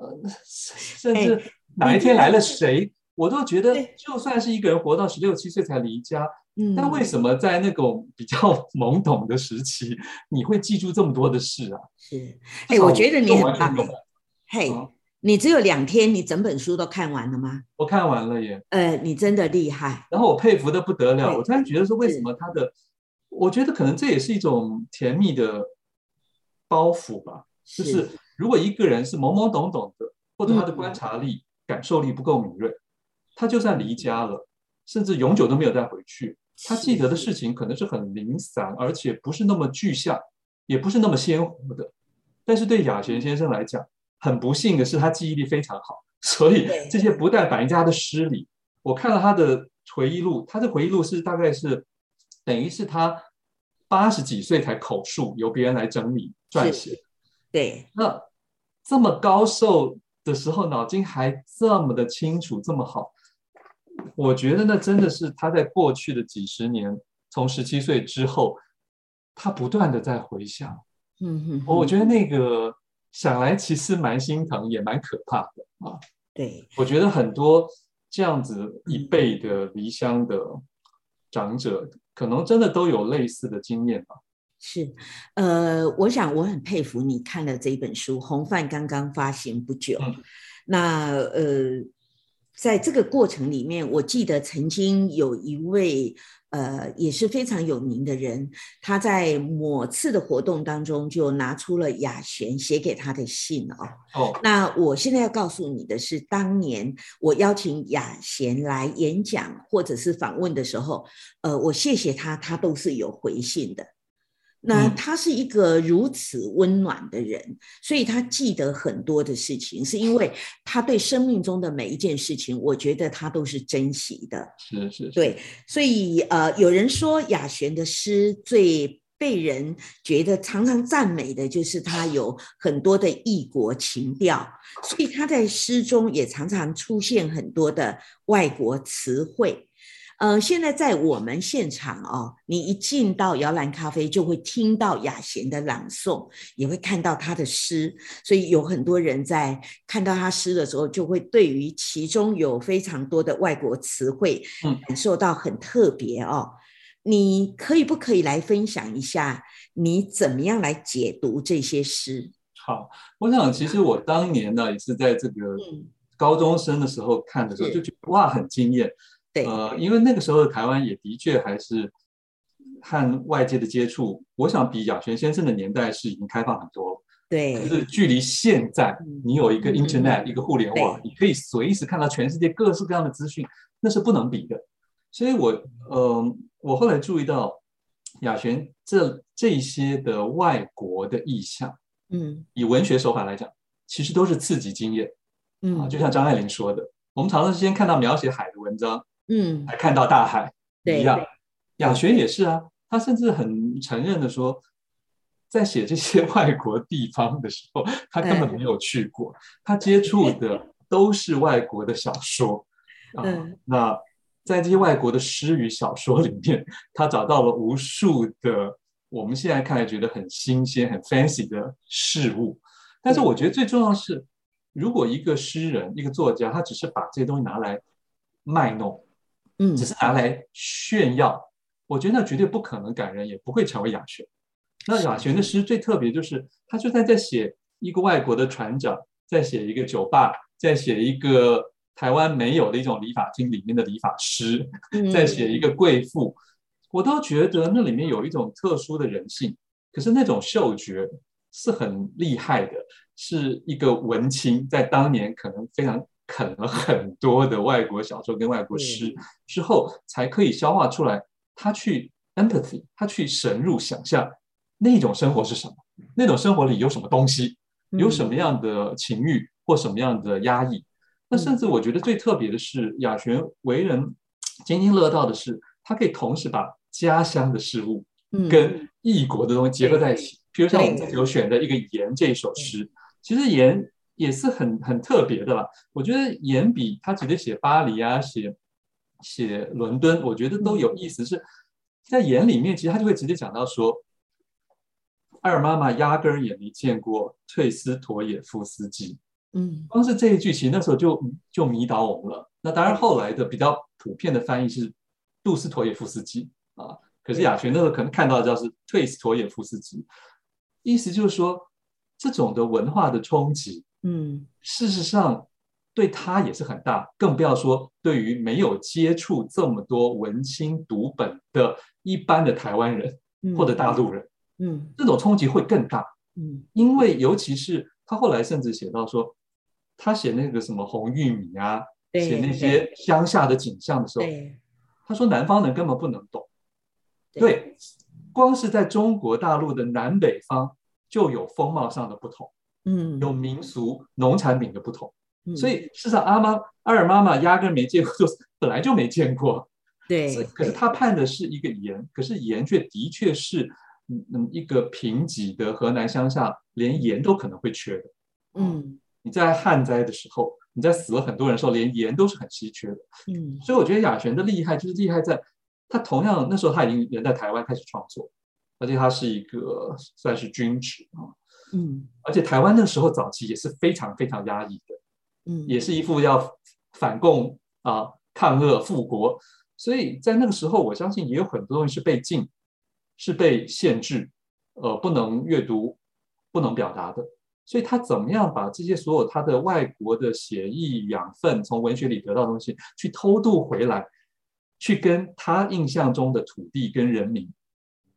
[SPEAKER 5] 呃，甚
[SPEAKER 2] 哎
[SPEAKER 5] 至哪一天来了谁，我都觉得
[SPEAKER 2] 对
[SPEAKER 5] 就算是一个人活到十六七岁才离家。
[SPEAKER 2] 嗯，
[SPEAKER 5] 但为什么在那种比较懵懂的时期，你会记住这么多的事啊？
[SPEAKER 2] 是，
[SPEAKER 5] 至
[SPEAKER 2] 哎，
[SPEAKER 5] 少
[SPEAKER 2] 我觉得你
[SPEAKER 5] 我
[SPEAKER 2] 很
[SPEAKER 5] 完全
[SPEAKER 2] 棒
[SPEAKER 5] 没有
[SPEAKER 2] 哎，嘿
[SPEAKER 5] 啊，
[SPEAKER 2] 你只有两天，你整本书都看完了吗？
[SPEAKER 5] 我看完了耶，
[SPEAKER 2] 呃，你真的厉害，
[SPEAKER 5] 然后我佩服的不得了。
[SPEAKER 2] 对
[SPEAKER 5] 我突然觉得说，为什么他的？我觉得可能这也是一种甜蜜的包袱吧。就是如果一个人是懵懵懂懂的，或者他的
[SPEAKER 2] 嗯
[SPEAKER 5] 观察力、感受力不够敏锐，他就算离家了，甚至永久都没有再回去，他记得的事情可能是很零散，而且不是那么具象，也不是那么鲜活的。但是对雅璇先生来讲，很不幸的是，他记忆力非常好，所以
[SPEAKER 2] 对
[SPEAKER 5] 这些不但反映在他的诗里，我看了他的回忆录，他的回忆录是大概是等于是他八十几岁才口述，由别人来整理撰
[SPEAKER 2] 是
[SPEAKER 5] 写。
[SPEAKER 2] 对，
[SPEAKER 5] 那这么高寿的时候，脑筋还这么的清楚，这么好，我觉得那真的是他在过去的几十年，从十七岁之后，他不断的在回想。
[SPEAKER 2] 嗯哼，
[SPEAKER 5] 我我
[SPEAKER 2] 得
[SPEAKER 5] 觉得那个想来其实蛮心疼，也蛮可怕的啊。
[SPEAKER 2] 对，
[SPEAKER 5] 我觉得很多这样子一辈的离乡的长者，可能真的都有类似的经验吧。
[SPEAKER 2] 是，呃，我想我很佩服你看了这一本书，红范刚刚发行不久。
[SPEAKER 5] 嗯
[SPEAKER 2] 那呃，在这个过程里面，我记得曾经有一位呃也是非常有名的人，他在某次的活动当中就拿出了雅璇写给他的信哦。
[SPEAKER 5] 哦，
[SPEAKER 2] 那我现在要告诉你的是，当年我邀请雅贤来演讲或者是访问的时候，呃，我谢谢他，他都是有回信的。那
[SPEAKER 5] 嗯
[SPEAKER 2] 他是一个如此温暖的人，所以他记得很多的事情，是因为他对生命中的每一件事情，我觉得他都是珍惜的。
[SPEAKER 5] 是是，是
[SPEAKER 2] 对，所以呃，有人说雅璇的诗最被人觉得常常赞美的，就是她有很多的异国情调，所以她在诗中也常常出现很多的外国词汇。呃，现在在我们现场哦，你一进到摇篮咖啡，就会听到雅贤的朗诵，也会看到她的诗，所以有很多人在看到她诗的时候，就会对于其中有非常多的外国词汇感受到很特别哦。你可以不可以来分享一下，你怎么样来解读这些诗？
[SPEAKER 5] 好，我想其实我当年呢也是在这个
[SPEAKER 2] 嗯
[SPEAKER 5] 高中生的时候看的时候，
[SPEAKER 2] 是
[SPEAKER 5] 就觉得哇很惊艳。
[SPEAKER 2] 对，
[SPEAKER 5] 呃，因为那个时候的台湾也的确还是和外界的接触，我想比亚轩先生的年代是已经开放很多，就
[SPEAKER 2] 对，
[SPEAKER 5] 是距离现在
[SPEAKER 2] 嗯
[SPEAKER 5] 你有一个
[SPEAKER 2] 嗯嗯
[SPEAKER 5] Internet、一个互联网，你可以随时看到全世界各式各样的资讯，那是不能比的。所以我，呃，我后来注意到亚轩这这些的外国的意象，
[SPEAKER 2] 嗯
[SPEAKER 5] 以文学手法来讲，其实都是刺激经验啊，
[SPEAKER 2] 嗯
[SPEAKER 5] 就像张爱玲说的，我们常常是先看到描写海的文章，
[SPEAKER 2] 嗯，
[SPEAKER 5] 才看到大海。一
[SPEAKER 2] 对，
[SPEAKER 5] 样。雅璇也是啊，他甚至很承认的说，在写这些 外国地方的时候，他根
[SPEAKER 2] 嗯
[SPEAKER 5] 本没有去过，他接触的都是外国的小说啊。
[SPEAKER 2] 嗯
[SPEAKER 5] 那在这些外国的诗与小说里面，他找到了无数的我们现在看来觉得很新鲜、很 fancy 的事物。但是
[SPEAKER 2] 嗯
[SPEAKER 5] 我觉得最重要的是，如果一个诗人、一个作家，他只是把这些东西拿来卖弄，
[SPEAKER 2] 嗯
[SPEAKER 5] 只是拿来炫耀，我觉得那绝对不可能感人，也不会成为雅璇。那雅璇的诗最特别就是，他就算在写一个外国的船长，在写一个酒吧，在写一个台湾没有的一种理发厅里面的理发师，
[SPEAKER 2] 嗯
[SPEAKER 5] 在写一个贵妇，我都觉得那里面有一种特殊的人性。可是那种嗅觉是很厉害的，是一个文青在当年可能非常啃了很多的外国小说跟外国诗之后，才可以消化出来。他去 empathy，他去深入想象那种生活是什么，那种生活里有什么东西，有什么样的情欲或什么样的压抑。
[SPEAKER 2] 嗯
[SPEAKER 5] 那甚至我觉得最特别的是，雅璇为人津津乐道的是，他可以同时把家乡的事物
[SPEAKER 2] 嗯
[SPEAKER 5] 跟异国的东西结合在一起。比如像我们
[SPEAKER 2] 对
[SPEAKER 5] 这次有选的一个《盐》这一首诗，其实《盐》也是很很特别的啦。我觉得《盐》比他直接写巴黎啊，写写伦敦，我觉得都
[SPEAKER 2] 嗯
[SPEAKER 5] 有意思是。在眼里面，其实他就会直接讲到说，二妈妈压根儿也没见过退斯妥也夫斯基。
[SPEAKER 2] 嗯
[SPEAKER 5] 光是这一句，其实那时候就就迷倒我们了。那当然，后来的比较普遍的翻译是杜斯妥也夫斯基啊，可是雅璇那时候可能看到的叫是退斯妥也夫斯基，意思就是说，这种的文化的冲击，
[SPEAKER 2] 嗯
[SPEAKER 5] 事实上对他也是很大，更不要说对于没有接触这么多文青读本的一般的台湾人
[SPEAKER 2] 嗯
[SPEAKER 5] 或者大陆人，
[SPEAKER 2] 嗯
[SPEAKER 5] 这种冲击会更大。
[SPEAKER 2] 嗯
[SPEAKER 5] 因为尤其是他后来甚至写到说，他写那个什么红玉米啊，
[SPEAKER 2] 对
[SPEAKER 5] 写那些乡下的景象的时候，
[SPEAKER 2] 对
[SPEAKER 5] 他说南方人根本不能懂。对，光是在中国大陆的南北方就有风貌上的不同，
[SPEAKER 2] 嗯
[SPEAKER 5] 有民俗、农产品的不同。
[SPEAKER 2] 嗯
[SPEAKER 5] 所以事实上，阿妈、二妈妈压根没见过， 本来就没见过。所以
[SPEAKER 2] 对
[SPEAKER 5] 可是他判的是一个盐，可是盐却的确是，嗯嗯，一个贫瘠的河南乡下，连盐都可能会缺的。
[SPEAKER 2] 嗯
[SPEAKER 5] 你在旱灾的时候，你在死了很多人的时候，连盐都是很稀缺的。
[SPEAKER 2] 嗯
[SPEAKER 5] 所以我觉得雅璇的厉害就是厉害在，他同样那时候他已经人在台湾开始创作，而且他是一个算是军职啊，
[SPEAKER 2] 嗯
[SPEAKER 5] 而且台湾那时候早期也是非常非常压抑的。
[SPEAKER 2] 嗯
[SPEAKER 5] 也是一副要反共啊、抗俄、复国，所以在那个时候，我相信也有很多东西是被禁、是被限制，呃，不能阅读、不能表达的。所以他怎么样把这些所有他的外国的写意养分，从文学里得到的东西，去偷渡回来，去跟他印象中的土地跟人民、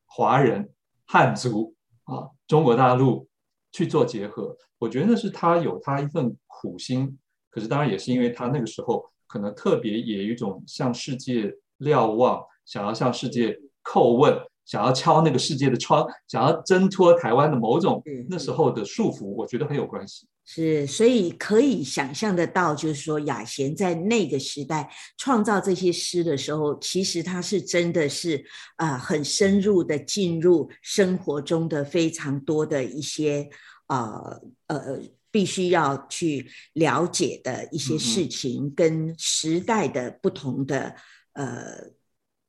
[SPEAKER 5] 华人、汉族啊、中国大陆去做结合？我觉得那是他有他一份苦心，可是当然也是因为他那个时候可能特别也有一种向世界瞭望，想要向世界叩问。想要敲那个世界的窗，想要挣脱台湾的某种
[SPEAKER 2] 嗯
[SPEAKER 5] 那时候的束缚，我觉得很有关系。
[SPEAKER 2] 是，所以可以想象得到，就是说雅贤在那个时代创造这些诗的时候，其实他是真的是呃很深入的进入生活中的非常多的一些呃呃必须要去了解的一些
[SPEAKER 5] 嗯
[SPEAKER 2] 事情，跟时代的不同的呃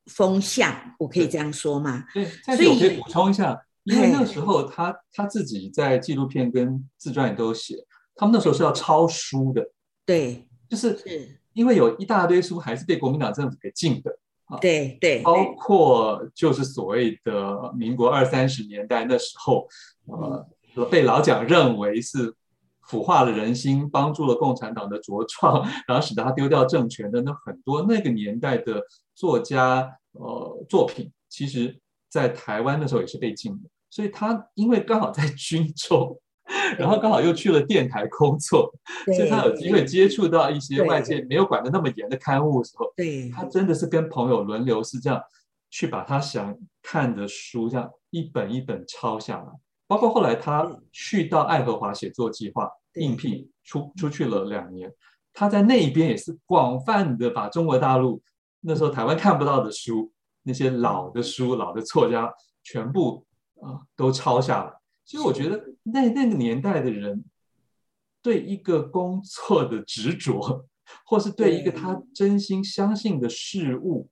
[SPEAKER 2] 风向，我可以这样说吗？
[SPEAKER 5] 对，但
[SPEAKER 2] 所
[SPEAKER 5] 是
[SPEAKER 2] 以
[SPEAKER 5] 我可以补充一下，因为
[SPEAKER 2] 嘿
[SPEAKER 5] 那时候他他自己在纪录片跟自传里都有写，他们那时候是要抄书的，
[SPEAKER 2] 对，
[SPEAKER 5] 就是
[SPEAKER 2] 是，
[SPEAKER 5] 因为有一大堆书还是被国民党政府给禁的，
[SPEAKER 2] 对对
[SPEAKER 5] 包括就是所谓的民国二三十年代那时候，呃，被老蒋认为是腐化了人心，帮助了共产党的茁壮， 然后使得他丢掉政权的那很多那个年代的作家呃作品，其实在台湾那时候也是被禁的，所以他因为刚好在军中。 然后刚好又去了电台工作，所以他有机会接触到一些
[SPEAKER 2] 对
[SPEAKER 5] 外界没有管得那么严的刊物的时候，
[SPEAKER 2] 对
[SPEAKER 5] 他真的是跟朋友轮流是这样去把他想看的书这样一本一本抄下来，包括后来他去到爱荷华写作计划
[SPEAKER 2] 对
[SPEAKER 5] 应聘出出去了两年，他在那一边也是广泛的把中国大陆那时候台湾看不到的书，那些老的书、老的作家全部啊、呃都抄下来。所以我觉得那那个年代的人对一个工作的执着，或是对一个
[SPEAKER 2] 对
[SPEAKER 5] 他真心相信的事物，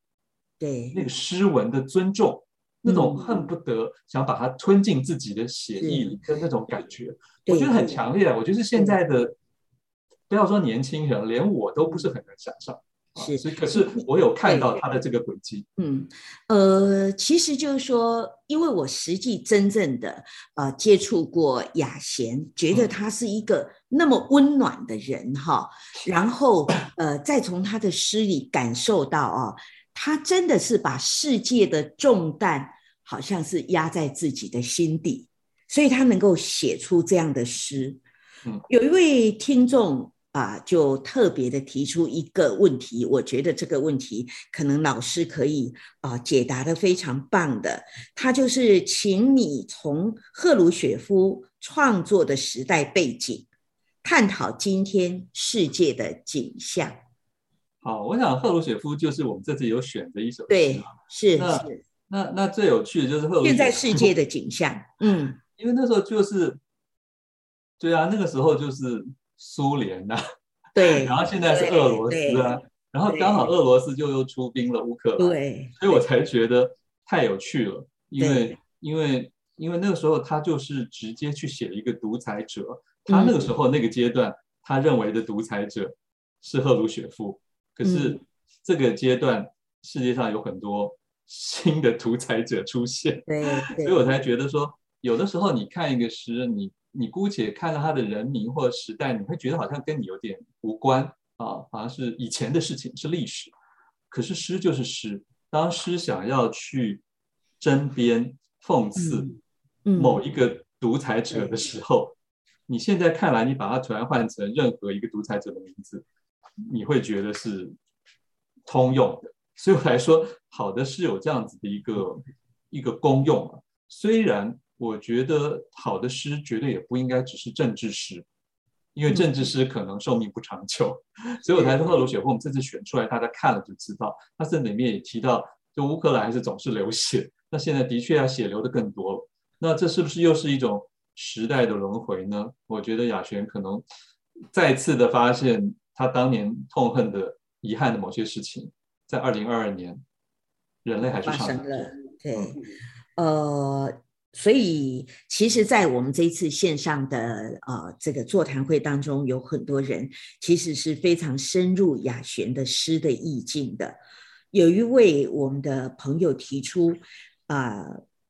[SPEAKER 2] 对
[SPEAKER 5] 那个诗文的尊重，那种
[SPEAKER 2] 嗯
[SPEAKER 5] 恨不得想把它吞进自己的血液里的那种感觉，
[SPEAKER 2] 对
[SPEAKER 5] 我觉得很强烈啊。我觉得是现在的，不要说年轻人，连我都不是很能想象。啊
[SPEAKER 2] 是
[SPEAKER 5] 所以可是我有看到
[SPEAKER 2] 对
[SPEAKER 5] 他的这个轨迹，
[SPEAKER 2] 嗯，呃，其实就是说，因为我实际真正的呃接触过雅贤，觉得
[SPEAKER 5] 嗯
[SPEAKER 2] 他是一个那么温暖的人哈，然后呃，再从他的诗里感受到哦，他真的是把世界的重担好像是压在自己的心底，所以他能够写出这样的诗。
[SPEAKER 5] 嗯
[SPEAKER 2] 有一位听众啊，就特别的提出一个问题，我觉得这个问题可能老师可以啊解答的非常棒的。他就是请你从赫鲁雪夫创作的时代背景，探讨今天世界的景象。
[SPEAKER 5] 好，我想赫鲁雪夫就是我们这次有选的一首诗
[SPEAKER 2] 对
[SPEAKER 5] 啊，
[SPEAKER 2] 是
[SPEAKER 5] 那
[SPEAKER 2] 是，
[SPEAKER 5] 那那最有趣的就是赫鲁雪
[SPEAKER 2] 现
[SPEAKER 5] 夫
[SPEAKER 2] 在世界的景象。嗯，
[SPEAKER 5] 因为那时候就是，对啊，那个时候就是苏联呐、
[SPEAKER 2] 对
[SPEAKER 5] 然后现在是俄罗斯啊，然后刚好俄罗斯就又出兵了乌克兰，
[SPEAKER 2] 对
[SPEAKER 5] 所以我才觉得太有趣了，因为
[SPEAKER 2] 对
[SPEAKER 5] 因为因为那个时候他就是直接去写一个独裁者，他那个时候那个阶段他认为的独裁者是赫鲁雪夫，可是这个阶段世界上有很多新的独裁者出现，
[SPEAKER 2] 对对
[SPEAKER 5] 所以 我才觉得说，有的时候你看一个诗，你你姑且看到它的人名或时代，你会觉得好像跟你有点无关啊，好像是以前的事情，是历史。可是诗就是诗，当诗想要去针砭、讽刺
[SPEAKER 2] 嗯嗯
[SPEAKER 5] 某一个独裁者的时候，你现在看来，你把它突然换成任何一个独裁者的名字，你会觉得是通用的。所以我来说，好的是有这样子的一个一个功用啊。虽然我觉得好的诗绝对也不应该只是政治诗，因为政治诗可能寿命不长久，所以我才说赫鲁雪夫，我们这次选出来，大家看了就知道。他这里面也提到，就乌克兰还是总是流血，那现在的确啊，血流的更多了。那这是不是又是一种时代的轮回呢？我觉得雅璇可能再次的发现他当年痛恨的、遗憾的某些事情，在二零二二年，人类还是
[SPEAKER 2] 发
[SPEAKER 5] 上
[SPEAKER 2] 生
[SPEAKER 5] 演
[SPEAKER 2] 了。对，
[SPEAKER 5] 嗯
[SPEAKER 2] 呃，所以其实，在我们这一次线上的呃这个座谈会当中，有很多人其实是非常深入雅璇的诗的意境的。有一位我们的朋友提出，啊、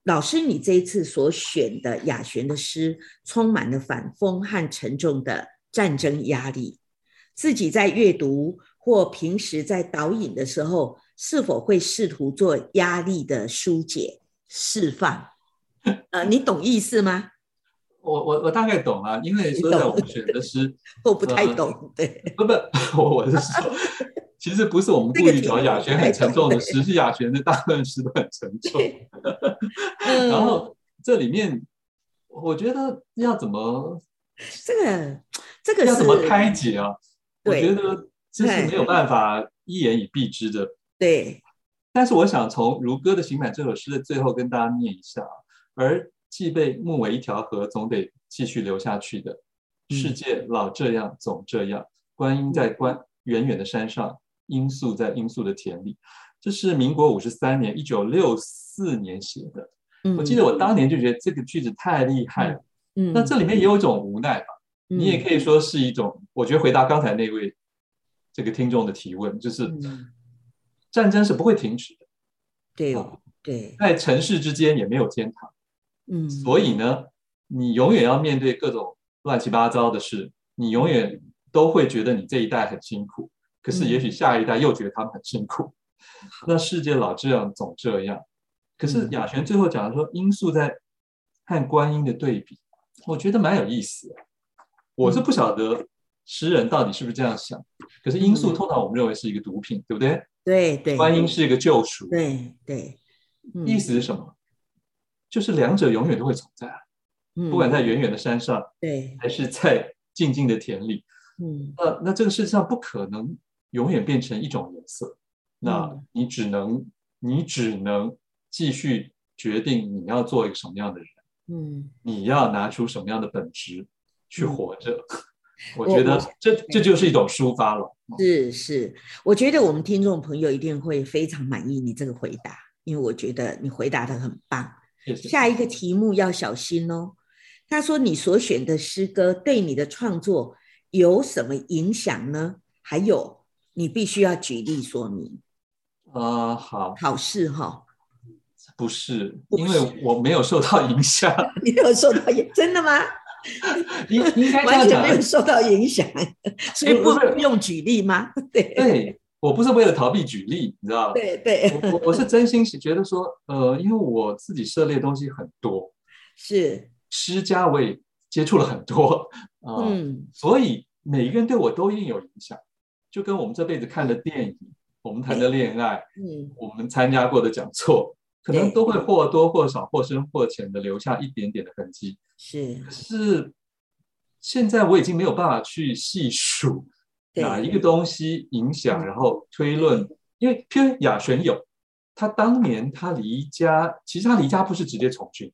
[SPEAKER 2] 老师，你这一次所选的雅璇的诗，充满了反讽和沉重的战争压力。自己在阅读或平时在导引的时候，是否会试图做压力的疏解、释放？呃，你懂意思吗？
[SPEAKER 5] 我我我大概懂了，因为说实在我们选的诗，
[SPEAKER 2] 我不太
[SPEAKER 5] 呃
[SPEAKER 2] 懂，对，
[SPEAKER 5] 不不，我我是说，其实不是我们故意找雅璇很沉重的诗，是雅璇的大部分诗都很沉重。
[SPEAKER 2] 嗯
[SPEAKER 5] 然后这里面，我觉得要怎么
[SPEAKER 2] 这个这个
[SPEAKER 5] 要
[SPEAKER 2] 是
[SPEAKER 5] 怎么开解啊？我
[SPEAKER 2] 对
[SPEAKER 5] 觉得这是没有办法一言以蔽之的。
[SPEAKER 2] 对
[SPEAKER 5] 但是我想从如歌的《行满》这首诗的最后跟大家念一下啊，而既被木为一条河，总得继续流下去的。
[SPEAKER 2] 嗯
[SPEAKER 5] 世界老这样，总这样。观音在观远远的山上，罂粟在罂粟的田里。这是民国五十三年，一九六四年写的。
[SPEAKER 2] 嗯
[SPEAKER 5] 我记得我当年就觉得这个句子太厉害了。
[SPEAKER 2] 嗯
[SPEAKER 5] 那这里面也有一种无奈吧，你也
[SPEAKER 2] 以
[SPEAKER 5] 可以说是一种，我觉得回答刚才那位这个听众的提问，就是
[SPEAKER 2] 嗯
[SPEAKER 5] 战争是不会停止的。
[SPEAKER 2] 对
[SPEAKER 5] 好
[SPEAKER 2] 对
[SPEAKER 5] 在城市之间也没有天堂，
[SPEAKER 2] 嗯，
[SPEAKER 5] 所以呢，你永远要面对各种乱七八糟的事，你永远都会觉得你这一代很辛苦，
[SPEAKER 2] 嗯
[SPEAKER 5] 可是也许下一代又觉得他们很辛苦。那世界老这样，总这样。可是
[SPEAKER 2] 嗯
[SPEAKER 5] 雅璇最后讲的说，因素在和观音的对比，我觉得蛮有意思的。我是不晓得诗人到底是不是这样想，可是因素
[SPEAKER 2] 嗯
[SPEAKER 5] 通常我们认为是一个毒品，对不对？
[SPEAKER 2] 对对
[SPEAKER 5] 观音是一个救赎，
[SPEAKER 2] 对对，嗯
[SPEAKER 5] 意思是什么？就是两者永远都会存在啊，不管在远远的山上，
[SPEAKER 2] 嗯对
[SPEAKER 5] 还是在 静静的田里。
[SPEAKER 2] 嗯
[SPEAKER 5] 那那这个世界上不可能永远变成一种颜色，那
[SPEAKER 2] 嗯
[SPEAKER 5] 你只能你只能继续决定你要做一个什么样的人，
[SPEAKER 2] 嗯
[SPEAKER 5] 你要拿出什么样的本质去
[SPEAKER 2] 嗯
[SPEAKER 5] 活着。 我
[SPEAKER 2] 我
[SPEAKER 5] 觉得
[SPEAKER 2] 我
[SPEAKER 5] 这这就是一种抒发了。
[SPEAKER 2] 是是，我觉得我们听众朋友一定会非常满意你这个回答，因为我觉得你回答的很棒。
[SPEAKER 5] 谢谢。
[SPEAKER 2] 下一个题目要小心哦。他说：“你所选的诗歌对你的创作有什么影响呢？还有，你必须要举例说明。
[SPEAKER 5] 呃，好，
[SPEAKER 2] 好事哈、
[SPEAKER 5] 不是，
[SPEAKER 2] 不
[SPEAKER 5] 因为我没有受到影响，
[SPEAKER 2] 你没有受到影，真的吗？
[SPEAKER 5] 应应该这
[SPEAKER 2] 完
[SPEAKER 5] 样
[SPEAKER 2] 全
[SPEAKER 5] 讲
[SPEAKER 2] 没。有受到影响，所以
[SPEAKER 5] 哎不
[SPEAKER 2] 不
[SPEAKER 5] 是
[SPEAKER 2] 不用举例吗？ 对
[SPEAKER 5] 对我不是为了逃避举例，你知道，
[SPEAKER 2] 对对，
[SPEAKER 5] 我我我是真心是觉得说，呃，因为我自己涉猎的东西很多，
[SPEAKER 2] 是，
[SPEAKER 5] 诗家我也接触了很多，啊、呃，
[SPEAKER 2] 嗯
[SPEAKER 5] 所以每一个人对我都一定有影响，就跟我们这辈子看的电影，我们谈的恋爱，
[SPEAKER 2] 嗯
[SPEAKER 5] 我们参加过的讲座，可能都会或多或少、或深或浅的留下一点点的痕迹。
[SPEAKER 2] 是，
[SPEAKER 5] 可是现在我已经没有办法去细数
[SPEAKER 2] 对
[SPEAKER 5] 哪一个东西影响，
[SPEAKER 2] 嗯
[SPEAKER 5] 然后推论，因为譬如雅璇有，他当年他离家，其实他离家不是直接从军，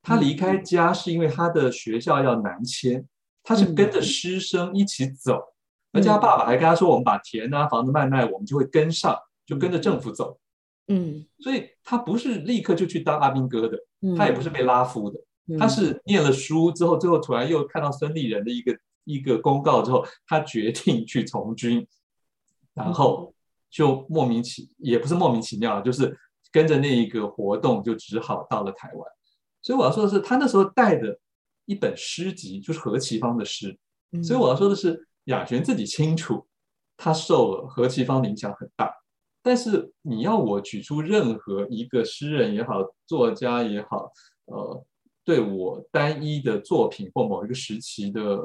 [SPEAKER 5] 他离开家是因为他的学校要南迁，他是跟着师生一起走，
[SPEAKER 2] 嗯
[SPEAKER 5] 而且他爸爸还跟他说，我们把田啊、房子卖卖，我们就会跟上，就跟着政府走，
[SPEAKER 2] 嗯
[SPEAKER 5] 所以他不是立刻就去当阿兵哥的，
[SPEAKER 2] 嗯，
[SPEAKER 5] 他也不是被拉夫的。
[SPEAKER 2] 嗯，
[SPEAKER 5] 他是念了书之后，最后突然又看到孙立人的一个一个公告之后，他决定去从军，然后就莫名其也不是莫名其妙，就是跟着那一个活动，就只好到了台湾。所以我要说的是，他那时候带的一本诗集就是何其芳的诗，
[SPEAKER 2] 嗯，
[SPEAKER 5] 所以我要说的是，雅璇自己清楚，他受了何其芳的影响很大。但是你要我举出任何一个诗人也好，作家也好，呃，对我单一的作品或某一个时期的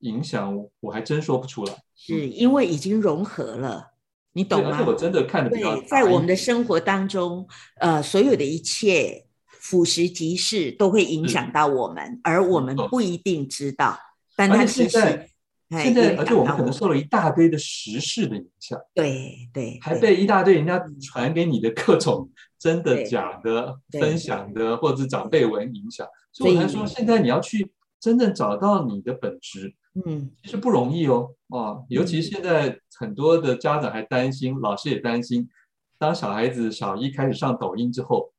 [SPEAKER 5] 影响，我我还真说不出来。
[SPEAKER 2] 是因为已经融合了，你懂
[SPEAKER 5] 对，
[SPEAKER 2] 吗？
[SPEAKER 5] 而且我真的看的比较
[SPEAKER 2] 对，在我们的
[SPEAKER 5] 生
[SPEAKER 2] 生活当中，呃，所有的一切俯拾即是都会影响到我们，而我们
[SPEAKER 5] 没错
[SPEAKER 2] 不一定知道，但
[SPEAKER 5] 而
[SPEAKER 2] 它
[SPEAKER 5] 且
[SPEAKER 2] 其
[SPEAKER 5] 现
[SPEAKER 2] 实
[SPEAKER 5] 在
[SPEAKER 2] 哎
[SPEAKER 5] 现在，
[SPEAKER 2] 影
[SPEAKER 5] 而且
[SPEAKER 2] 响
[SPEAKER 5] 我们
[SPEAKER 2] 到
[SPEAKER 5] 可能
[SPEAKER 2] 我
[SPEAKER 5] 受了一大堆的时事的影响，
[SPEAKER 2] 对对，
[SPEAKER 5] 还
[SPEAKER 2] 对
[SPEAKER 5] 被一大堆人家传给你的各种真的
[SPEAKER 2] 对
[SPEAKER 5] 假的
[SPEAKER 2] 对
[SPEAKER 5] 分享的，或者是长辈文影响。所以
[SPEAKER 2] 所
[SPEAKER 5] 我才
[SPEAKER 2] 以
[SPEAKER 5] 说，现在你要去真正找到你的本质，
[SPEAKER 2] 嗯
[SPEAKER 5] 其实不容易哦，啊，尤其现在很多的家长还担心，老师也担心，当小孩子小一开始上抖音之后，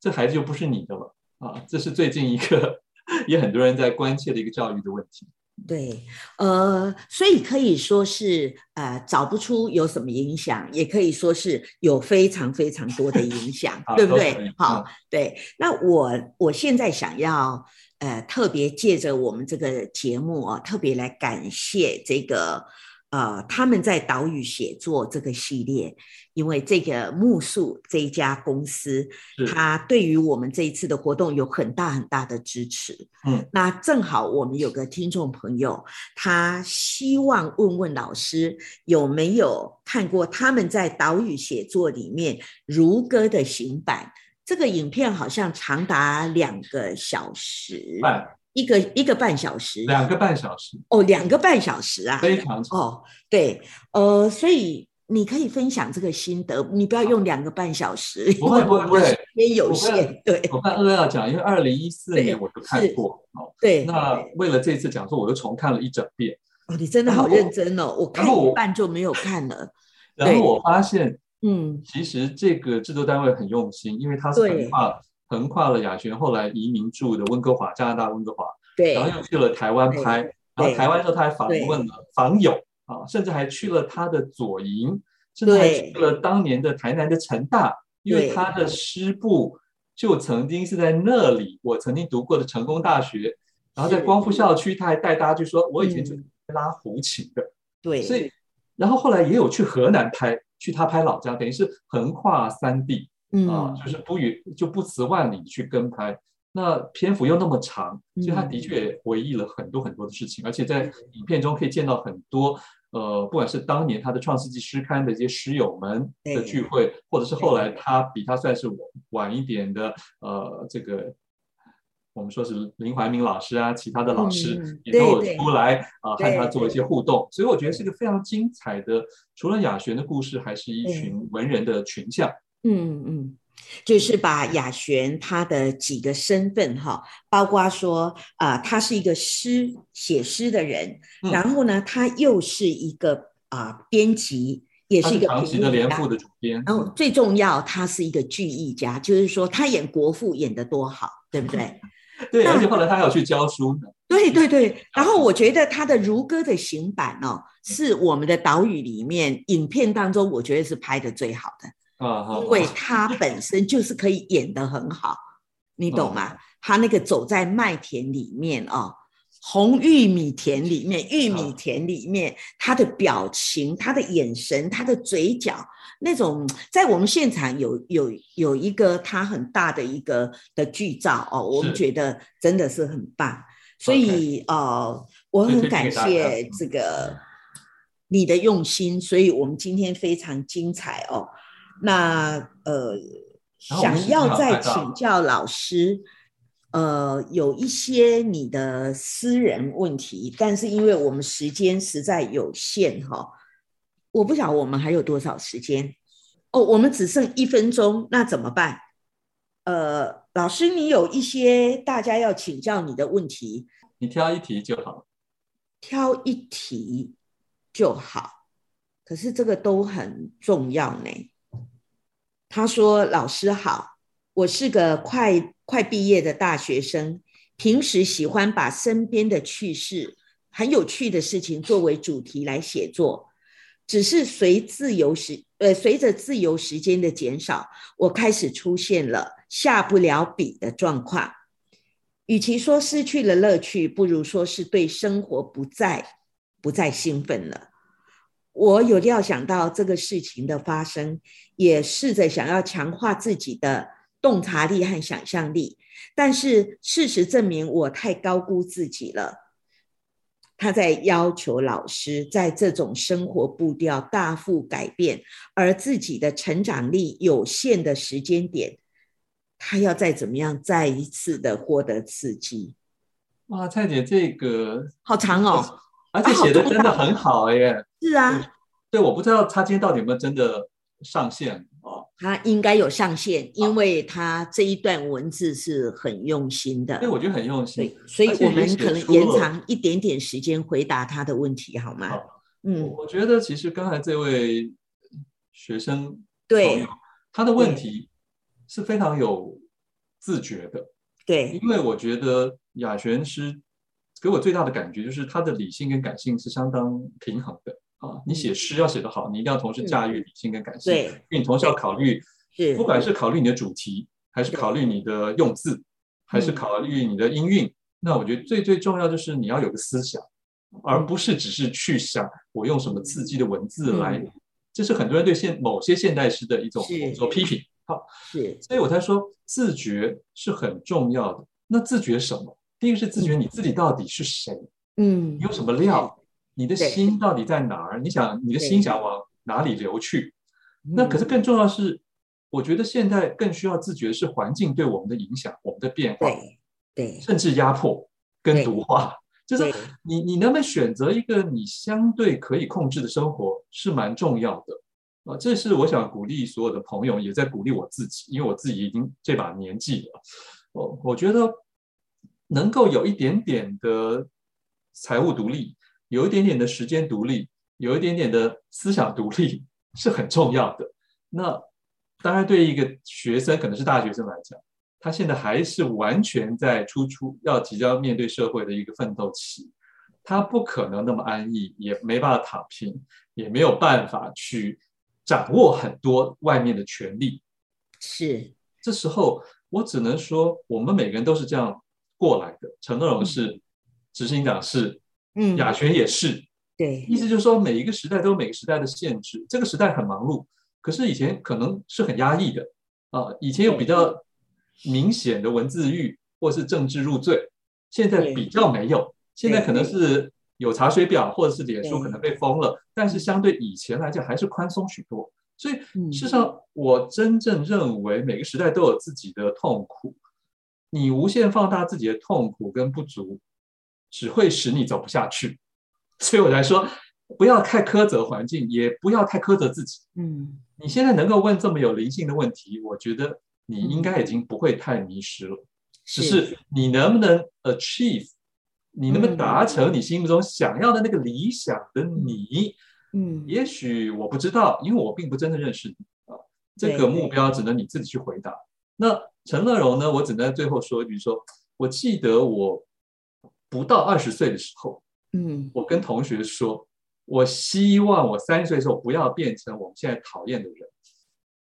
[SPEAKER 5] 这孩子就不是你的了啊，这是最近一个也很多人在关切的一个教育的问题。
[SPEAKER 2] 对，呃，所以可以说是呃找不出有什么影响，也可以说是有非常非常多的影响
[SPEAKER 5] 好，
[SPEAKER 2] 对不
[SPEAKER 5] 都可
[SPEAKER 2] 对
[SPEAKER 5] 以？嗯
[SPEAKER 2] 好，对。那我我现在想要呃特别借着我们这个节目啊、哦，特别来感谢这个呃他们在岛屿写作这个系列，因为这个木树这一家公司，
[SPEAKER 5] 是
[SPEAKER 2] 他对于我们这一次的活动有很大很大的支持。
[SPEAKER 5] 嗯，
[SPEAKER 2] 那正好我们有个听众朋友，他希望问问老师有没有看过他们在岛屿写作里面如歌的行版。这个影片好像长达两个小时，
[SPEAKER 5] 半
[SPEAKER 2] 一个一个半小时，
[SPEAKER 5] 两个半小时，
[SPEAKER 2] 哦，两个半小时啊，
[SPEAKER 5] 非常长。
[SPEAKER 2] 哦，对，呃，所以你可以分享这个心得，你不要用两个半小时，因
[SPEAKER 5] 不会
[SPEAKER 2] 为我们
[SPEAKER 5] 不会
[SPEAKER 2] 的时间有
[SPEAKER 5] 不会
[SPEAKER 2] 限，对
[SPEAKER 5] 我看二要讲，因为二零一四
[SPEAKER 2] 对
[SPEAKER 5] 年我就看
[SPEAKER 2] 是
[SPEAKER 5] 过哦。
[SPEAKER 2] 对。
[SPEAKER 5] 那为了这次讲座，我又重看了一整遍。
[SPEAKER 2] 哦，你真的好认真哦，我看
[SPEAKER 5] 然后
[SPEAKER 2] 一
[SPEAKER 5] 我
[SPEAKER 2] 半就没有看了，
[SPEAKER 5] 然后
[SPEAKER 2] 对
[SPEAKER 5] 我发现，
[SPEAKER 2] 嗯，
[SPEAKER 5] 其实这个制作单位很用心，因为它是
[SPEAKER 2] 对
[SPEAKER 5] 横跨横跨了雅璇后来移民住的温哥华，加拿大温哥华，
[SPEAKER 2] 对
[SPEAKER 5] 然后又去了台湾
[SPEAKER 2] 对
[SPEAKER 5] 拍，然后
[SPEAKER 2] 对
[SPEAKER 5] 台湾之后他还访
[SPEAKER 2] 对
[SPEAKER 5] 问了访友啊，甚至还去了他的左营，甚至还
[SPEAKER 2] 对
[SPEAKER 5] 去了当年的台南的成大，因为
[SPEAKER 2] 对
[SPEAKER 5] 他的师部就曾经是在那里，我曾经读过的成功大学，然后在
[SPEAKER 2] 是
[SPEAKER 5] 光复校区，他还带大家去说，我以前就是
[SPEAKER 2] 嗯
[SPEAKER 5] 拉胡琴的，
[SPEAKER 2] 对，
[SPEAKER 5] 所以然后后来也有去河南拍，去他拍老家，等于是横跨三地。啊
[SPEAKER 2] 嗯，，
[SPEAKER 5] 就是不语就不辞万里去跟拍，那篇幅又那么长，所以他
[SPEAKER 2] 嗯
[SPEAKER 5] 的确也回忆了很多很多的事情，而且在影片中可以见到很多呃，不管是当年他的《创世纪》诗刊的一些诗友们的
[SPEAKER 2] 对
[SPEAKER 5] 聚会，或者是后来他比他算是晚一点的呃，这个我们说是林怀民老师啊，其他的老师
[SPEAKER 2] 嗯
[SPEAKER 5] 也都
[SPEAKER 2] 对对
[SPEAKER 5] 有出来啊、
[SPEAKER 2] 对
[SPEAKER 5] 和他做一些互动，所以我觉得是一个非常精彩的，除了雅璇的故事，还是一
[SPEAKER 2] 对
[SPEAKER 5] 群文人的群像。
[SPEAKER 2] 嗯嗯，就是把雅璇她的几个身份哈，包括说啊、呃，她是一个诗写诗的人，
[SPEAKER 5] 嗯
[SPEAKER 2] 然后呢，她又是一个啊、编辑，也
[SPEAKER 5] 他
[SPEAKER 2] 是一
[SPEAKER 5] 是
[SPEAKER 2] 个啊
[SPEAKER 5] 长期
[SPEAKER 2] 评
[SPEAKER 5] 的
[SPEAKER 2] 论
[SPEAKER 5] 连
[SPEAKER 2] 家
[SPEAKER 5] 副的主编，
[SPEAKER 2] 然后最重要，他是一个剧艺家，就是说他演国父演得多好，对不对？
[SPEAKER 5] 对，
[SPEAKER 2] 那
[SPEAKER 5] 而且后来他还有去教书呢，
[SPEAKER 2] 对对对。然后我觉得他的如歌的行版哦，是我们的岛屿里面影片当中，我觉得是拍的最好的，
[SPEAKER 5] 啊哈，
[SPEAKER 2] 因为他本身就是可以演得很好，你懂吗？
[SPEAKER 5] 哦
[SPEAKER 2] 他那个走在麦田里面哦。红玉米田里面，玉
[SPEAKER 5] 哦
[SPEAKER 2] 米田里面，他的表情、他的眼神、他的嘴角，那种在我们现场有有有一个它很大的一个的剧照哦，我们
[SPEAKER 5] 是
[SPEAKER 2] 觉得真的是很棒，所以呃，我
[SPEAKER 5] 所以
[SPEAKER 2] 很
[SPEAKER 5] 推荐
[SPEAKER 2] 感
[SPEAKER 5] 给大
[SPEAKER 2] 谢
[SPEAKER 5] 家
[SPEAKER 2] 这个你的用心，所以我们今天非常精彩哦。那呃，
[SPEAKER 5] 然后我
[SPEAKER 2] 想
[SPEAKER 5] 们时间
[SPEAKER 2] 要
[SPEAKER 5] 好
[SPEAKER 2] 再
[SPEAKER 5] 快到
[SPEAKER 2] 请
[SPEAKER 5] 了
[SPEAKER 2] 教老师，呃，有一些你的私人问题，但是因为我们时间实在有限哈、我不晓得我们还有多少时间哦，我们只剩一分钟，那怎么办？呃，老师，你有一些大家要请教你的问题，
[SPEAKER 5] 你挑一题就好。
[SPEAKER 2] 挑一题就好。可是这个都很重要呢。他说：“老师好，我是个快快毕业的大学生，平时喜欢把身边的趣事、很有趣的事情作为主题来写作。只是随自由时，呃，随着自由时间的减少，我开始出现了下不了笔的状况。与其说失去了乐趣，不如说是对生活不再不再兴奋了。我有料想到这个事情的发生，也试着想要强化自己的洞察力和想象力，但是事实证明我太高估自己了。他在要求老师在这种生活步调大幅改变，而自己的成长力有限的时间点，他要再怎么样再一次的获得刺激？
[SPEAKER 5] 哇，蔡姐这个，
[SPEAKER 2] 好长哦，
[SPEAKER 5] 而且
[SPEAKER 2] 啊好
[SPEAKER 5] 写的
[SPEAKER 2] 重
[SPEAKER 5] 真的
[SPEAKER 2] 要
[SPEAKER 5] 很好耶。
[SPEAKER 2] 是
[SPEAKER 5] 嗯
[SPEAKER 2] 啊，
[SPEAKER 5] 对，我不知道他今天到底有没有真的上线哦，
[SPEAKER 2] 他应该有上限，因为他这一段文字是很用心的
[SPEAKER 5] 所以。我觉得很用心
[SPEAKER 2] 对。，所以
[SPEAKER 5] 而且
[SPEAKER 2] 我
[SPEAKER 5] 也
[SPEAKER 2] 们
[SPEAKER 5] 写
[SPEAKER 2] 可能
[SPEAKER 5] 出
[SPEAKER 2] 延
[SPEAKER 5] 了
[SPEAKER 2] 长一点点时间回答他的问题，好吗？
[SPEAKER 5] 好
[SPEAKER 2] 嗯，
[SPEAKER 5] 我我觉得其实刚才这位学生朋
[SPEAKER 2] 对
[SPEAKER 5] 友，他的问
[SPEAKER 2] 对
[SPEAKER 5] 题是非常有自觉的，
[SPEAKER 2] 对
[SPEAKER 5] 因为我觉得雅璇诗给我最大的感觉就是他的理性跟感性是相当平衡的啊。你写诗要写得好，你一定要同时驾驭理性跟感
[SPEAKER 2] 嗯
[SPEAKER 5] 性，
[SPEAKER 2] 对
[SPEAKER 5] 因为你同时要考虑，
[SPEAKER 2] 是
[SPEAKER 5] 不管是考虑你的主题，还是考虑你的用字，还
[SPEAKER 2] 嗯
[SPEAKER 5] 是考虑你的音韵。那我觉得最最重要就是你要有个思想，而不是只是去想我用什么刺激的文字来
[SPEAKER 2] 嗯，
[SPEAKER 5] 这是很多人对现某些现代诗的一种
[SPEAKER 2] 是
[SPEAKER 5] 我们说批评。好，
[SPEAKER 2] 是
[SPEAKER 5] 所以我才说自觉是很重要的。那自觉什么？第一个是自觉你自己到底是谁，
[SPEAKER 2] 嗯
[SPEAKER 5] 你有什么料，你的
[SPEAKER 2] 对
[SPEAKER 5] 心到底在哪儿？你想你的
[SPEAKER 2] 对嗯
[SPEAKER 5] 心想往哪里流去？那可是更重要的是，我觉得现在更需要自觉的是环境对我们的影响、我们的变化，
[SPEAKER 2] 对对
[SPEAKER 5] 甚至压迫跟
[SPEAKER 2] 对
[SPEAKER 5] 毒化。就是
[SPEAKER 2] 对
[SPEAKER 5] 你你能不能选择一个你相对可以控制的生活是蛮重要的啊，这是我想鼓励所有的朋友，也在鼓励我自己，因为我自己已经这把年纪了，哦我我觉得能够有一点点的财务独立，有一点点的时间独立，有一点点的思想独立是很重要的。那当然，对一个学生，可能是大学生来讲。他现在还是完全在初出要即将面对社会的一个奋斗期，他不可能那么安逸，也没办法躺平，也没有办法去掌握很多外面的权利。
[SPEAKER 2] 是
[SPEAKER 5] 这时候，我只能说，我们每个人都是这样过来的。陈乐荣是执行长是，
[SPEAKER 2] 嗯
[SPEAKER 5] 雅璇也是，
[SPEAKER 2] 对
[SPEAKER 5] 意思就是说，每一个时代都有每个时代的限制。这个时代很忙碌，可是以前可能是很压抑的啊、以前有比较明显的文字狱或是政治入罪，现在
[SPEAKER 2] 对
[SPEAKER 5] 比较没有。现在可能
[SPEAKER 2] 对
[SPEAKER 5] 是有查水表或者是脸书
[SPEAKER 2] 对
[SPEAKER 5] 可能被封了，但是相对以前来讲还是宽松许多。所以
[SPEAKER 2] 嗯
[SPEAKER 5] 事实上，我真正认为每个时代都有自己的痛苦，你无限放大自己的痛苦跟不足，只会使你走不下去。所以我来说，不要太苛责环境，也不要太苛责自己。
[SPEAKER 2] 嗯
[SPEAKER 5] 你现在能够问这么有灵性的问题，我觉得你应该已经不会太迷失了。只是你能不能 achieve，你能不能达成你心目中想要的那个理想的你？
[SPEAKER 2] 嗯
[SPEAKER 5] 也许我不知道，因为我并不真的认识你啊。这
[SPEAKER 2] 对
[SPEAKER 5] 个目标只能你自己去回答。那陈乐融呢？我只能在最后说一句说我记得我不到二十岁的时候，
[SPEAKER 2] 嗯
[SPEAKER 5] 我跟同学说，我希望我三十岁的时候不要变成我们现在讨厌的人。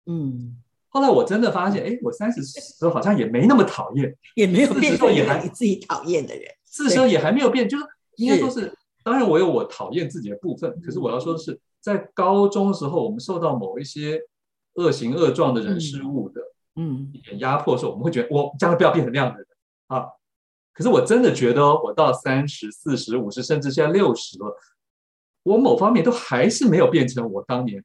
[SPEAKER 2] 嗯
[SPEAKER 5] 后来我真的发现，哎，我三十时候好像也没那么讨厌，
[SPEAKER 2] 也没有
[SPEAKER 5] 四十
[SPEAKER 2] 变
[SPEAKER 5] 岁
[SPEAKER 2] 成
[SPEAKER 5] 也
[SPEAKER 2] 一个
[SPEAKER 5] 还
[SPEAKER 2] 你自己讨厌的人，
[SPEAKER 5] 四十也还没有变，就是应该说是，当然我有我讨厌自己的部分，可是我要说的是，在高中的时候，我们受到某一些恶行恶状的人事物的
[SPEAKER 2] 嗯
[SPEAKER 5] 一点压迫的时候，我们会觉得我将来不要变成那样的人啊。可是我真的觉得哦，我到三十四十五十，甚至现在六十了，我某方面都还是没有变成我当年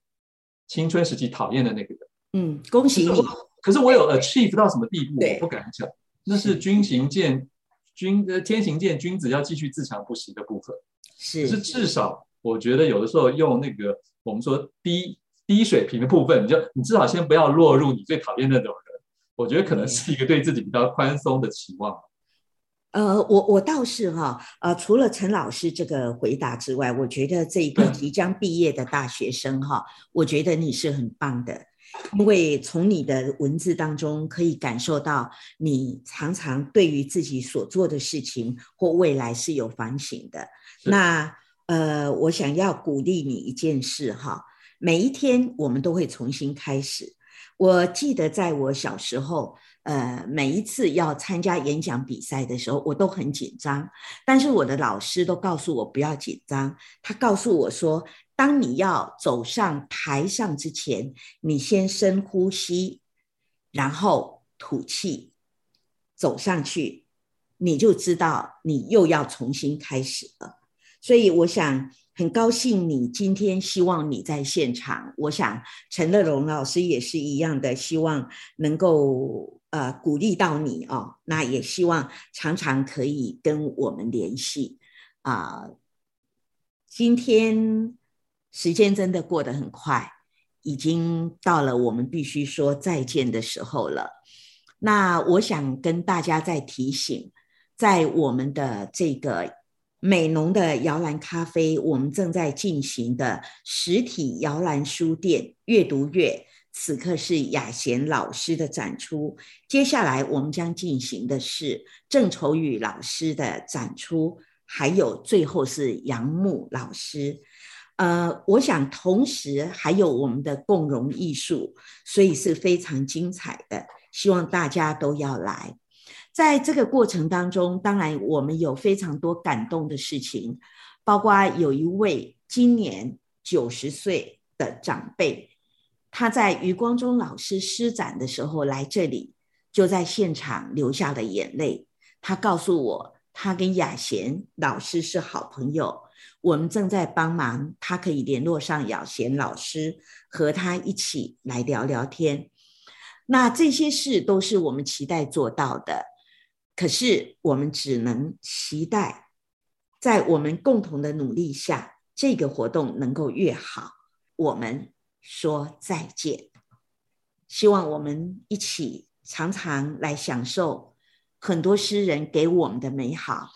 [SPEAKER 5] 青春时期讨厌的那个人。
[SPEAKER 2] 嗯，恭喜你，
[SPEAKER 5] 可是我有 achieve 到什么地步，
[SPEAKER 2] 对
[SPEAKER 5] 我不敢讲。那是军行健君呃天行健君子要继续自强不息的部分。可
[SPEAKER 2] 是
[SPEAKER 5] 是至少我觉得有的时候用那个我们说低低水平的部分，你就你至少先不要落入你最讨厌那种人。我觉得可能是一个对自己比较宽松的期望。
[SPEAKER 2] 呃，我我倒是哈、呃，除了陈老师这个回答之外，我觉得这个即将毕业的大学生哈、我觉得你是很棒的，因为从你的文字当中可以感受到，你常常对于自己所做的事情或未来是有反省的。
[SPEAKER 5] 是
[SPEAKER 2] 那呃，我想要鼓励你一件事哈、每一天我们都会重新开始。我记得在我小时候，呃，每一次要参加演讲比赛的时候，我都很紧张，但是我的老师都告诉我不要紧张，他告诉我说，当你要走上台上之前，你先深呼吸，然后吐气，走上去，你就知道你又要重新开始了。所以我想很高兴你今天，希望你在现场。我想陈乐荣老师也是一样的，希望能够呃鼓励到你哦。那也希望常常可以跟我们联系啊、今天时间真的过得很快，已经到了我们必须说再见的时候了。那我想跟大家再提醒，在我们的这个美浓的摇篮咖啡，我们正在进行的实体摇篮书店阅读月，此刻是雅贤老师的展出。接下来我们将进行的是郑愁予老师的展出，还有最后是杨牧老师。呃，我想同时还有我们的共融艺术，所以是非常精彩的，希望大家都要来。在这个过程当中，当然我们有非常多感动的事情，包括有一位今年九十岁的长辈，他在余光中老师施展的时候来这里，就在现场流下了眼泪。他告诉我，他跟雅贤老师是好朋友，我们正在帮忙，他可以联络上雅贤老师，和他一起来聊聊天。那这些事都是我们期待做到的。可是我们只能期待，在我们共同的努力下，这个活动能够越好。我们说再见，希望我们一起常常来享受很多诗人给我们的美好，